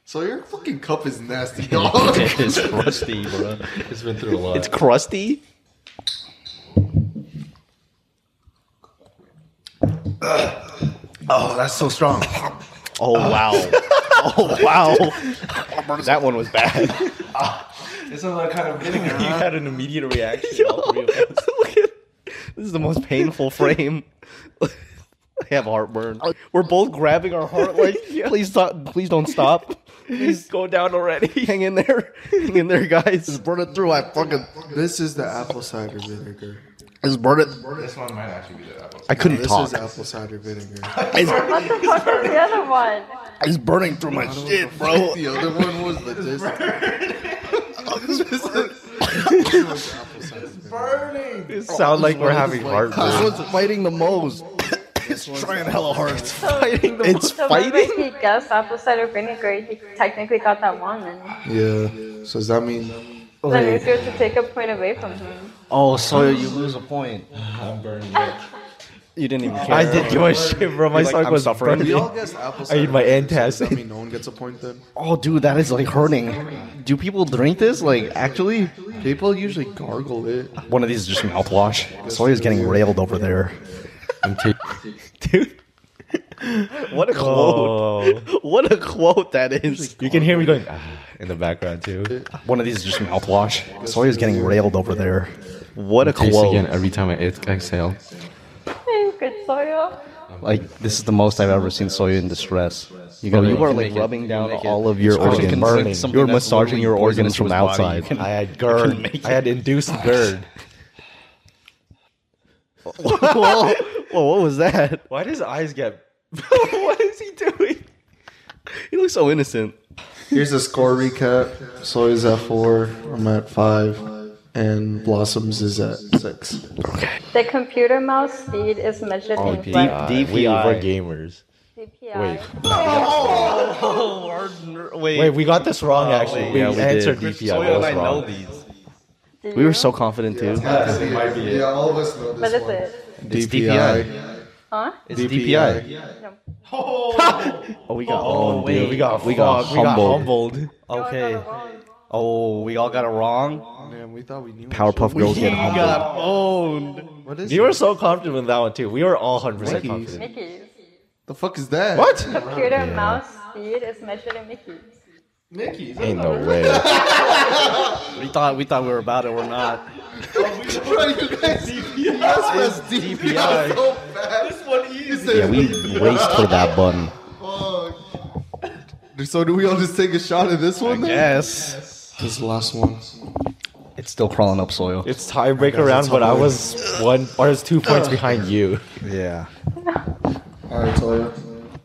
S4: So your fucking cup is nasty, dog.
S1: It's crusty, bro.
S3: It's been through a lot.
S1: It's crusty.
S11: Oh, that's so strong.
S1: Oh wow. Oh wow. That one was bad.
S11: It's another kind of vinegar.
S3: you had an immediate reaction. all three of us.
S1: Look at this is the most painful frame. I have heartburn. We're both grabbing our heart like, please stop, please don't stop. Please go down already. Hang in there, hang in there, guys. Just burn it through. I fucking.
S4: this is the apple cider vinegar.
S1: Just burn it.
S11: This one might actually be the apple.
S1: I couldn't
S4: This
S1: talk.
S4: is apple cider vinegar.
S6: What the fuck is the other one?
S1: It's burning through my shit.
S4: bro. The other one was the this. this was apple cider vinegar.
S1: It sounds like we're having
S4: heartburn.
S1: This one's fighting the most.
S4: This one's
S1: Fighting the It's
S6: So remember
S1: fighting.
S6: he guessed apple cider vinegar. He technically got that one, and
S4: Yeah. So does that mean?
S6: that means you have to take a point away from him.
S1: Oh, so you lose a point. I'm burning. You didn't even care.
S3: I did give a shit, bro. My
S1: You're like,
S3: stomach
S1: I'm
S3: was
S1: suffering.
S4: We
S3: burning.
S4: all guessed apple
S3: I
S4: cider.
S3: eat my
S4: vinegar, so does
S3: antacid.
S4: that mean no one gets a point then?
S1: Oh, dude, that is like hurting. Do people drink this? Like, actually,
S4: People usually gargle it.
S1: one of these is just mouthwash. Sawyer's getting railed over there. Dude, what a quote!
S3: Oh,
S1: What a quote that is.
S3: you can hear me going ah, in the background too.
S1: One of these is just mouthwash. Sawyer's getting railed over there. What a
S3: Taste again
S1: quote!
S3: every time I ex- exhale.
S6: Hey, Good soil.
S1: Like, this is the most I've ever seen Sawyer in distress. You, got,
S3: Oh,
S1: you
S3: yeah.
S1: are
S3: You
S1: like
S3: make it-
S1: rubbing
S3: you
S1: down
S3: make it-
S1: all of your
S3: it's fucking
S1: organs.
S3: burning.
S1: You're massaging your organs from the outside.
S3: I had GERD. I had induced GERD.
S1: whoa, whoa, what was that?
S3: Why does eyes get?
S1: what is he doing? He looks so innocent.
S4: Here's a score recap. Soy is at four. I'm at five, and Blossoms is at six.
S6: The computer mouse speed is measured in
S3: deep,
S6: what?
S3: deep. We
S1: DPI.
S3: were gamers.
S6: DPI.
S3: Wait,
S1: Wait,
S3: wait, we got this wrong. Actually, we,
S1: Oh, Yeah, we
S3: answered
S1: did.
S3: DPI. but it was wrong.
S11: these.
S6: Did
S1: we were
S6: you?
S1: so confident too.
S4: Yeah, all of us know this
S6: What is it?
S4: It's
S6: Huh?
S1: It's DPI.
S6: No.
S1: Oh, we got. Oh,
S3: Dude, we got
S1: We got
S3: fucked. we got
S1: humbled.
S3: humbled.
S1: Okay.
S6: Wrong.
S1: Oh, we all got it wrong.
S4: Man, we thought we knew.
S1: Powerpuff Girls get humbled.
S4: Shit. What is
S3: You were so confident in that one too. We were all hundred percent
S4: Mickey's.
S3: confident.
S6: Mickey's.
S4: the fuck is that?
S3: What?
S6: Computer mouse speed is measured in Mickey's.
S4: Mickey's.
S3: Ain't no way.
S1: We thought we thought we were about it. We're not.
S4: That's DPI. So fast. This one easy.
S1: Yeah, we raced for that button.
S4: So do we all just take a shot at this one? then?
S1: Yes.
S4: This last one.
S1: It's still crawling up soil.
S3: It's tiebreaker round, but I was one or it's two points behind you.
S1: Yeah.
S4: All right, Toya.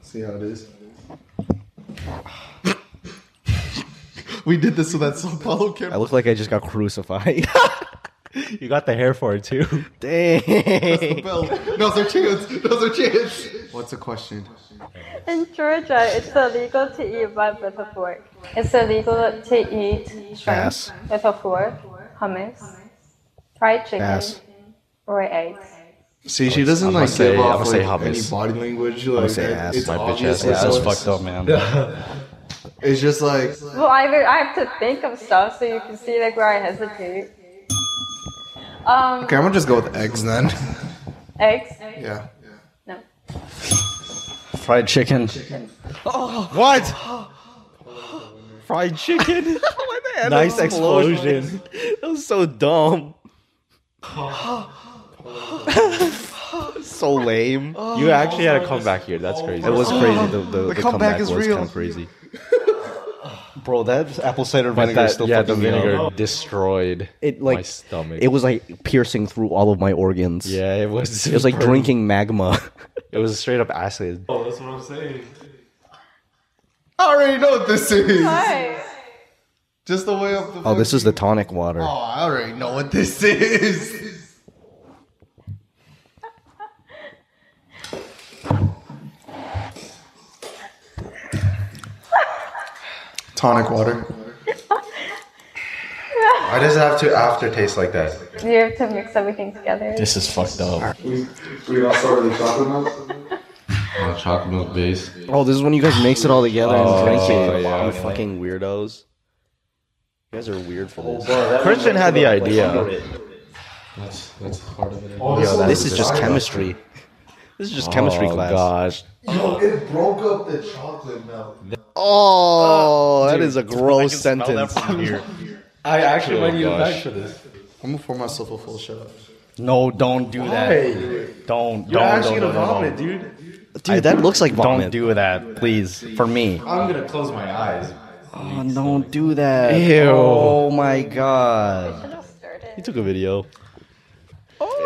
S4: See how it is. we did this so that Sao Paulo can.
S1: I look like I just got crucified.
S3: You got the hair for it too.
S1: Dang.
S4: Bell. Now's our chance. Now's our chance. What's the question?
S6: In Georgia, it's illegal to eat what with a fork? It's illegal to eat shrimp
S1: Ass.
S6: with a fork, hummus, fried chicken,
S1: Ass.
S6: or eggs.
S4: See, she doesn't
S3: gonna
S4: like
S3: say-
S4: give
S3: I'm
S4: off
S3: gonna say
S4: like, any
S3: hummus.
S4: body language. Like
S7: say
S4: it-
S7: ass,
S4: it's
S3: my bitch
S4: obvious.
S3: ass
S4: like,
S3: ass
S7: That's
S3: is
S4: it's-
S7: fucked up, man.
S4: It's just like
S6: Well, I re- I have to think of stuff so you can see like where I hesitate. Um,
S4: okay. I'm gonna just go with eggs then.
S6: eggs.
S4: yeah.
S6: No.
S7: Fried chicken.
S2: What? Fried chicken. nice explosion.
S1: That was so dumb.
S2: so lame.
S3: You actually had a comeback here. That's crazy. Oh.
S1: It was crazy. The, the, the
S2: comeback
S1: comeback
S2: is
S1: was
S2: real.
S1: kind of crazy.
S2: Bro, that apple cider
S3: But
S2: vinegar is
S3: that,
S2: still
S3: yeah, the
S2: fucking me up.
S3: vinegar destroyed
S1: It, like,
S3: my stomach.
S1: It was like piercing through all of my organs.
S3: yeah, it was.
S1: It was like drinking magma.
S3: It was straight up acid.
S10: Oh, that's what I'm saying.
S4: I already know what this is.
S6: Hi.
S4: Just the way up the.
S1: Oh, this is the tonic water.
S4: Oh, I already know what this is. Tonic water.
S3: Why does it have to aftertaste like that?
S6: You have to mix everything together.
S3: This is fucked up.
S4: We all start with the chocolate milk.
S3: chocolate milk base.
S1: Oh, this is when you guys mix it all together and drink it.
S3: yeah,
S1: Oh, you
S3: okay.
S1: fucking weirdos. You guys are weird for this.
S3: Christian had the idea.
S10: That's that's part of it.
S1: this is just chemistry. This is just chemistry
S3: oh,
S1: class.
S3: Gosh,
S4: Yo, it broke up the chocolate milk.
S1: Oh, that is a gross sentence.
S10: I actually might need a
S3: gosh.
S10: bag for this.
S4: I'm gonna pour myself a full shot.
S7: No, don't do that. Don't,
S10: You're
S7: don't,
S10: actually
S7: don't, don't,
S10: gonna vomit,
S7: don't.
S10: dude.
S1: Dude, that looks like
S7: Don't
S1: vomit.
S7: do that, please. For me.
S10: I'm gonna close my eyes.
S1: Oh, don't do that.
S3: Ew.
S1: Oh my god.
S3: uh,
S6: I just stirred it.
S1: Took a video.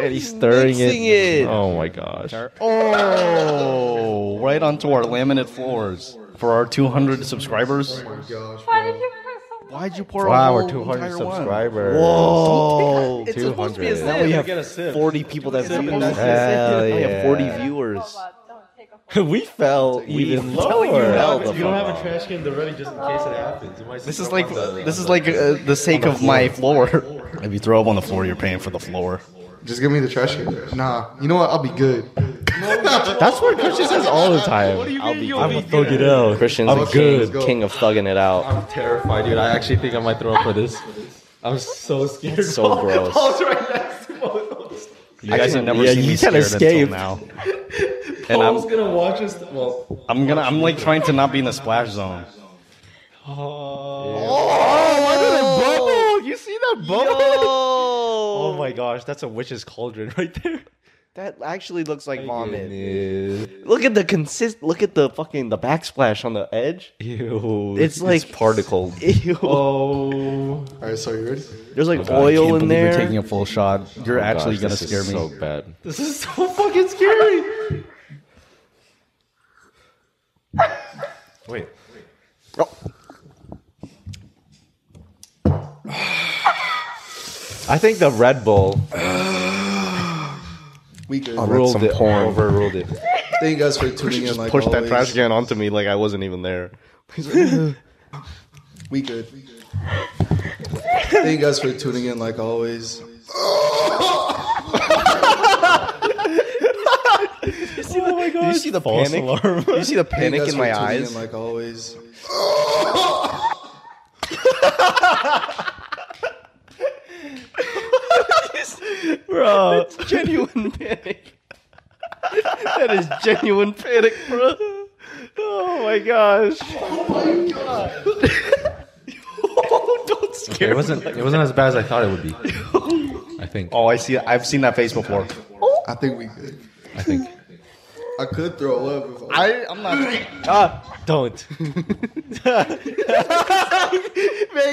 S1: and he's stirring it.
S3: Oh my gosh.
S7: Oh, right onto our laminate floors for our 200 subscribers.
S6: Why did you put so
S7: Why'd you pour
S3: Wow,
S7: a
S3: we're
S7: whole
S3: 200
S7: entire one?
S3: subscribers.
S1: Whoa.
S3: It's supposed to be
S1: Now we have
S10: Get a sip.
S1: 40 people that view this.
S3: Hell
S1: Now we have 40
S3: yeah.
S1: viewers.
S6: much? Don't take a whole-
S1: we fell even lower.
S10: you don't have a trash can at the ready just in case it happens. It might
S7: This
S10: sit
S7: is
S10: on
S7: like
S10: the-
S7: this is like uh, the sake of my floor. If you throw up on the floor, you're paying for the floor.
S4: Just give me the trash can. Nah, you know what? I'll be good.
S3: That's what Christian says all the time.
S1: I'll be
S3: I'm gonna thug it out.
S1: Christian's
S3: I'm
S1: the
S3: good.
S1: king, king of thugging it out.
S10: I'm terrified, dude. I actually think I might throw up for this. I'm so scared.
S1: so
S10: Paul-
S1: gross.
S10: Paul's right next to Paul's.
S7: You guys have never
S3: yeah,
S7: seen
S3: you
S7: me
S3: can't
S7: scared
S3: escape.
S7: until now.
S10: And
S7: I'm-
S10: Paul's gonna watch us. Well,
S7: I'm gonna. I'm like trying to not be in the splash zone.
S3: Oh, you see that bubble? Oh my gosh, that's a witch's cauldron right there.
S1: That actually looks like vomit.
S3: Ew.
S1: Look at the consist. Look at the fucking the backsplash on the edge. It's like
S3: particle.
S1: Ew.
S3: Oh,
S4: All right, so you ready?
S1: There's like oil in there.
S7: You're taking a full shot. You're actually gonna
S3: this
S7: scare
S3: is
S7: me.
S3: So bad.
S10: this is so fucking scary.
S3: Wait. I think the Red Bull
S4: We good.
S3: ruled it.
S1: porn.
S3: Overruled it.
S4: Thank you guys for tuning in. Like
S1: Oh. Push that
S4: always.
S1: trash can onto me like I wasn't even there.
S4: We good. Thank you guys for tuning in. Like always.
S1: Did you see the panic? Did you see the
S4: Thank
S1: panic
S4: you guys
S1: in
S4: for
S1: my
S4: tuning
S1: eyes?
S4: In, like always.
S1: bro. That's genuine panic. that is genuine panic, bro. Oh my gosh. Oh my god. Don't scare
S3: It wasn't. It wasn't as bad as I thought it would be. I think.
S7: Oh, I see. I've seen that face before.
S4: I think we good.
S3: I think.
S4: I could throw up. If I,
S7: I, I'm not.
S3: Don't.
S1: Make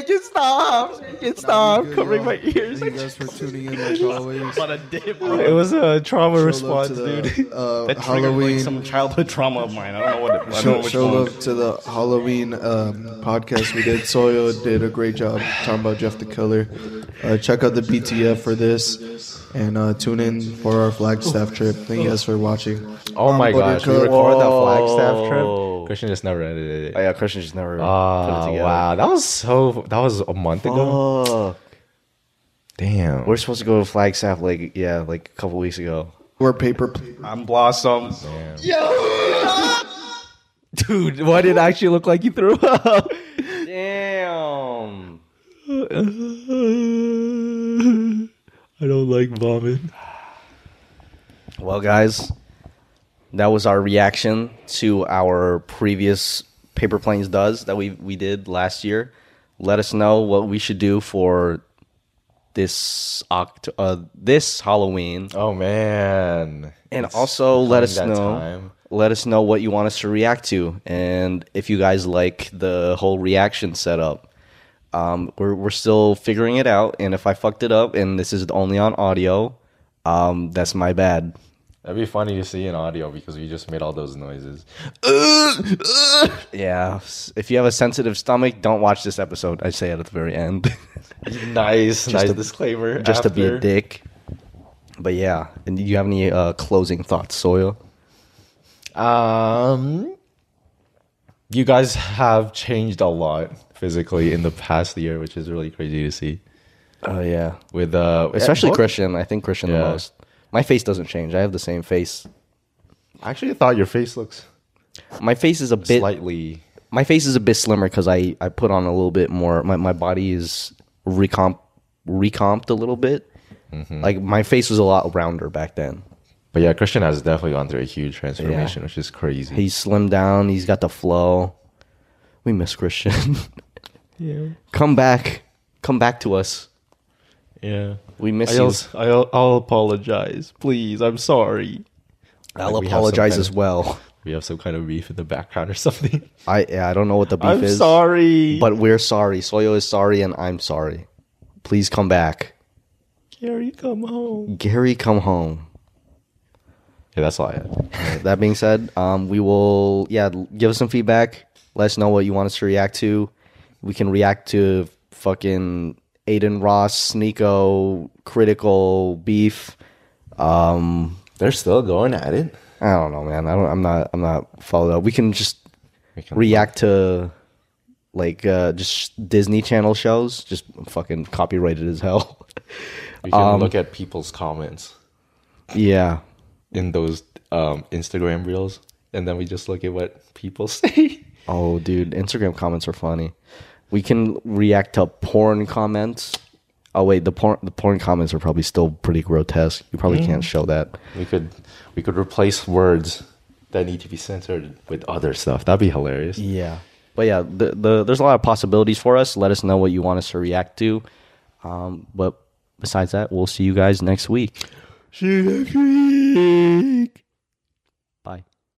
S1: it stop. Make it stop.
S4: good,
S1: Covering
S4: bro.
S1: my ears.
S4: Thank you guys for tuning in. Like always.
S3: It was a trauma
S4: Show love
S3: response,
S4: to the,
S3: dude.
S4: Uh,
S7: That triggered like
S4: Halloween.
S7: some childhood trauma of mine. I don't know what. It, I don't know
S4: Show,
S7: which
S4: show
S7: one.
S4: love to the Halloween um, podcast we did. Soyo did a great job talking about Jeff the Killer. Uh, check out the BTF for this and uh, tune in for our Flagstaff trip. Thank you guys for watching.
S3: Oh my
S4: but
S3: gosh,
S4: it
S3: we
S4: could-
S3: recorded that Flagstaff
S1: Whoa.
S3: trip. Christian just never edited
S1: Oh
S3: it.
S1: yeah, Christian just never put it
S3: Oh
S1: together.
S3: wow, that was so. That was a month ago.
S1: Oh,
S3: Damn.
S1: we're supposed to go to Flagstaff like yeah, like a couple weeks ago.
S4: Or paper. pl-
S7: I'm Blossom.
S2: Dude, why did it actually look like you threw up?
S1: Damn.
S10: I don't like vomit.
S1: Well, guys, that was our reaction to our previous Paper Planes Does that we, we did last year. Let us know what we should do for this oct- uh, this Halloween.
S3: Oh man.
S1: and also let us
S3: coming that
S1: know
S3: time.
S1: let us know what you want us to react to and if you guys like the whole reaction setup um, we're, we're still figuring it out and if i fucked it up and this is only on audio um, that's my bad
S3: That'd be funny to see in audio because we just made all those noises. Uh,
S1: yeah s- if you have a sensitive stomach don't watch this episode i say it at the very end
S3: Nice, nice disclaimer.
S1: just to be a
S3: after.
S1: dick but yeah and do you have any uh, closing thoughts soyo
S3: Um, you guys have changed a lot physically in the past year, which is really crazy to see.
S1: oh yeah
S3: With uh,
S1: especially
S3: eh, what?
S1: christian i think christian the
S3: Yeah.
S1: most my face doesn't change i have the same face
S3: Actually, I thought your face looks
S1: my face is a bit
S3: slightly.
S1: my face is a bit slimmer because I, I put on a little bit more my, my body is recomp recomped a little bit
S3: Mm-hmm.
S1: like my face was a lot rounder back then
S3: But yeah, Christian has definitely gone through a huge transformation, which is crazy.
S1: he's slimmed down he's got the flow we miss christian come back come back to us
S3: yeah,
S1: we miss
S3: I'll,
S1: you
S3: I'll, I'll apologize, please. I'm sorry.
S1: i'll
S3: like we have some
S1: apologize
S3: kind
S1: as
S3: of-
S1: well
S3: We have some kind of beef in the background or something.
S1: i yeah, i don't know what the beef
S3: I'm
S1: is
S3: sorry,
S1: but we're sorry soyo is sorry and i'm sorry please come back
S3: Gary, come home.
S1: gary come home
S3: Yeah, that's all I had.
S1: that being said, um, we will yeah l- give us some feedback. Let us know what you want us to react to. We can react to fucking Aiden Ross, Sneeko, critical beef. Um,
S3: They're still going at it.
S1: I don't know, man. I don't. I'm not. I'm not followed up. We can just
S3: can-
S1: react to like uh, just Disney Channel shows. Just fucking copyrighted as hell.
S3: We can look at people's comments.
S1: yeah.
S3: in those um, Instagram reels, and then we just look at what people say.
S1: Oh, dude, Instagram comments are funny. We can react to porn comments. Oh wait, the porn the porn comments are probably still pretty grotesque. You probably can't show that.
S3: we could we could replace words that need to be censored with other stuff. That'd be hilarious.
S1: Yeah. But yeah, the, the there's a lot of possibilities for us. Let us know what you want us to react to. Um, but besides that, we'll see you guys next week.
S3: See you next week.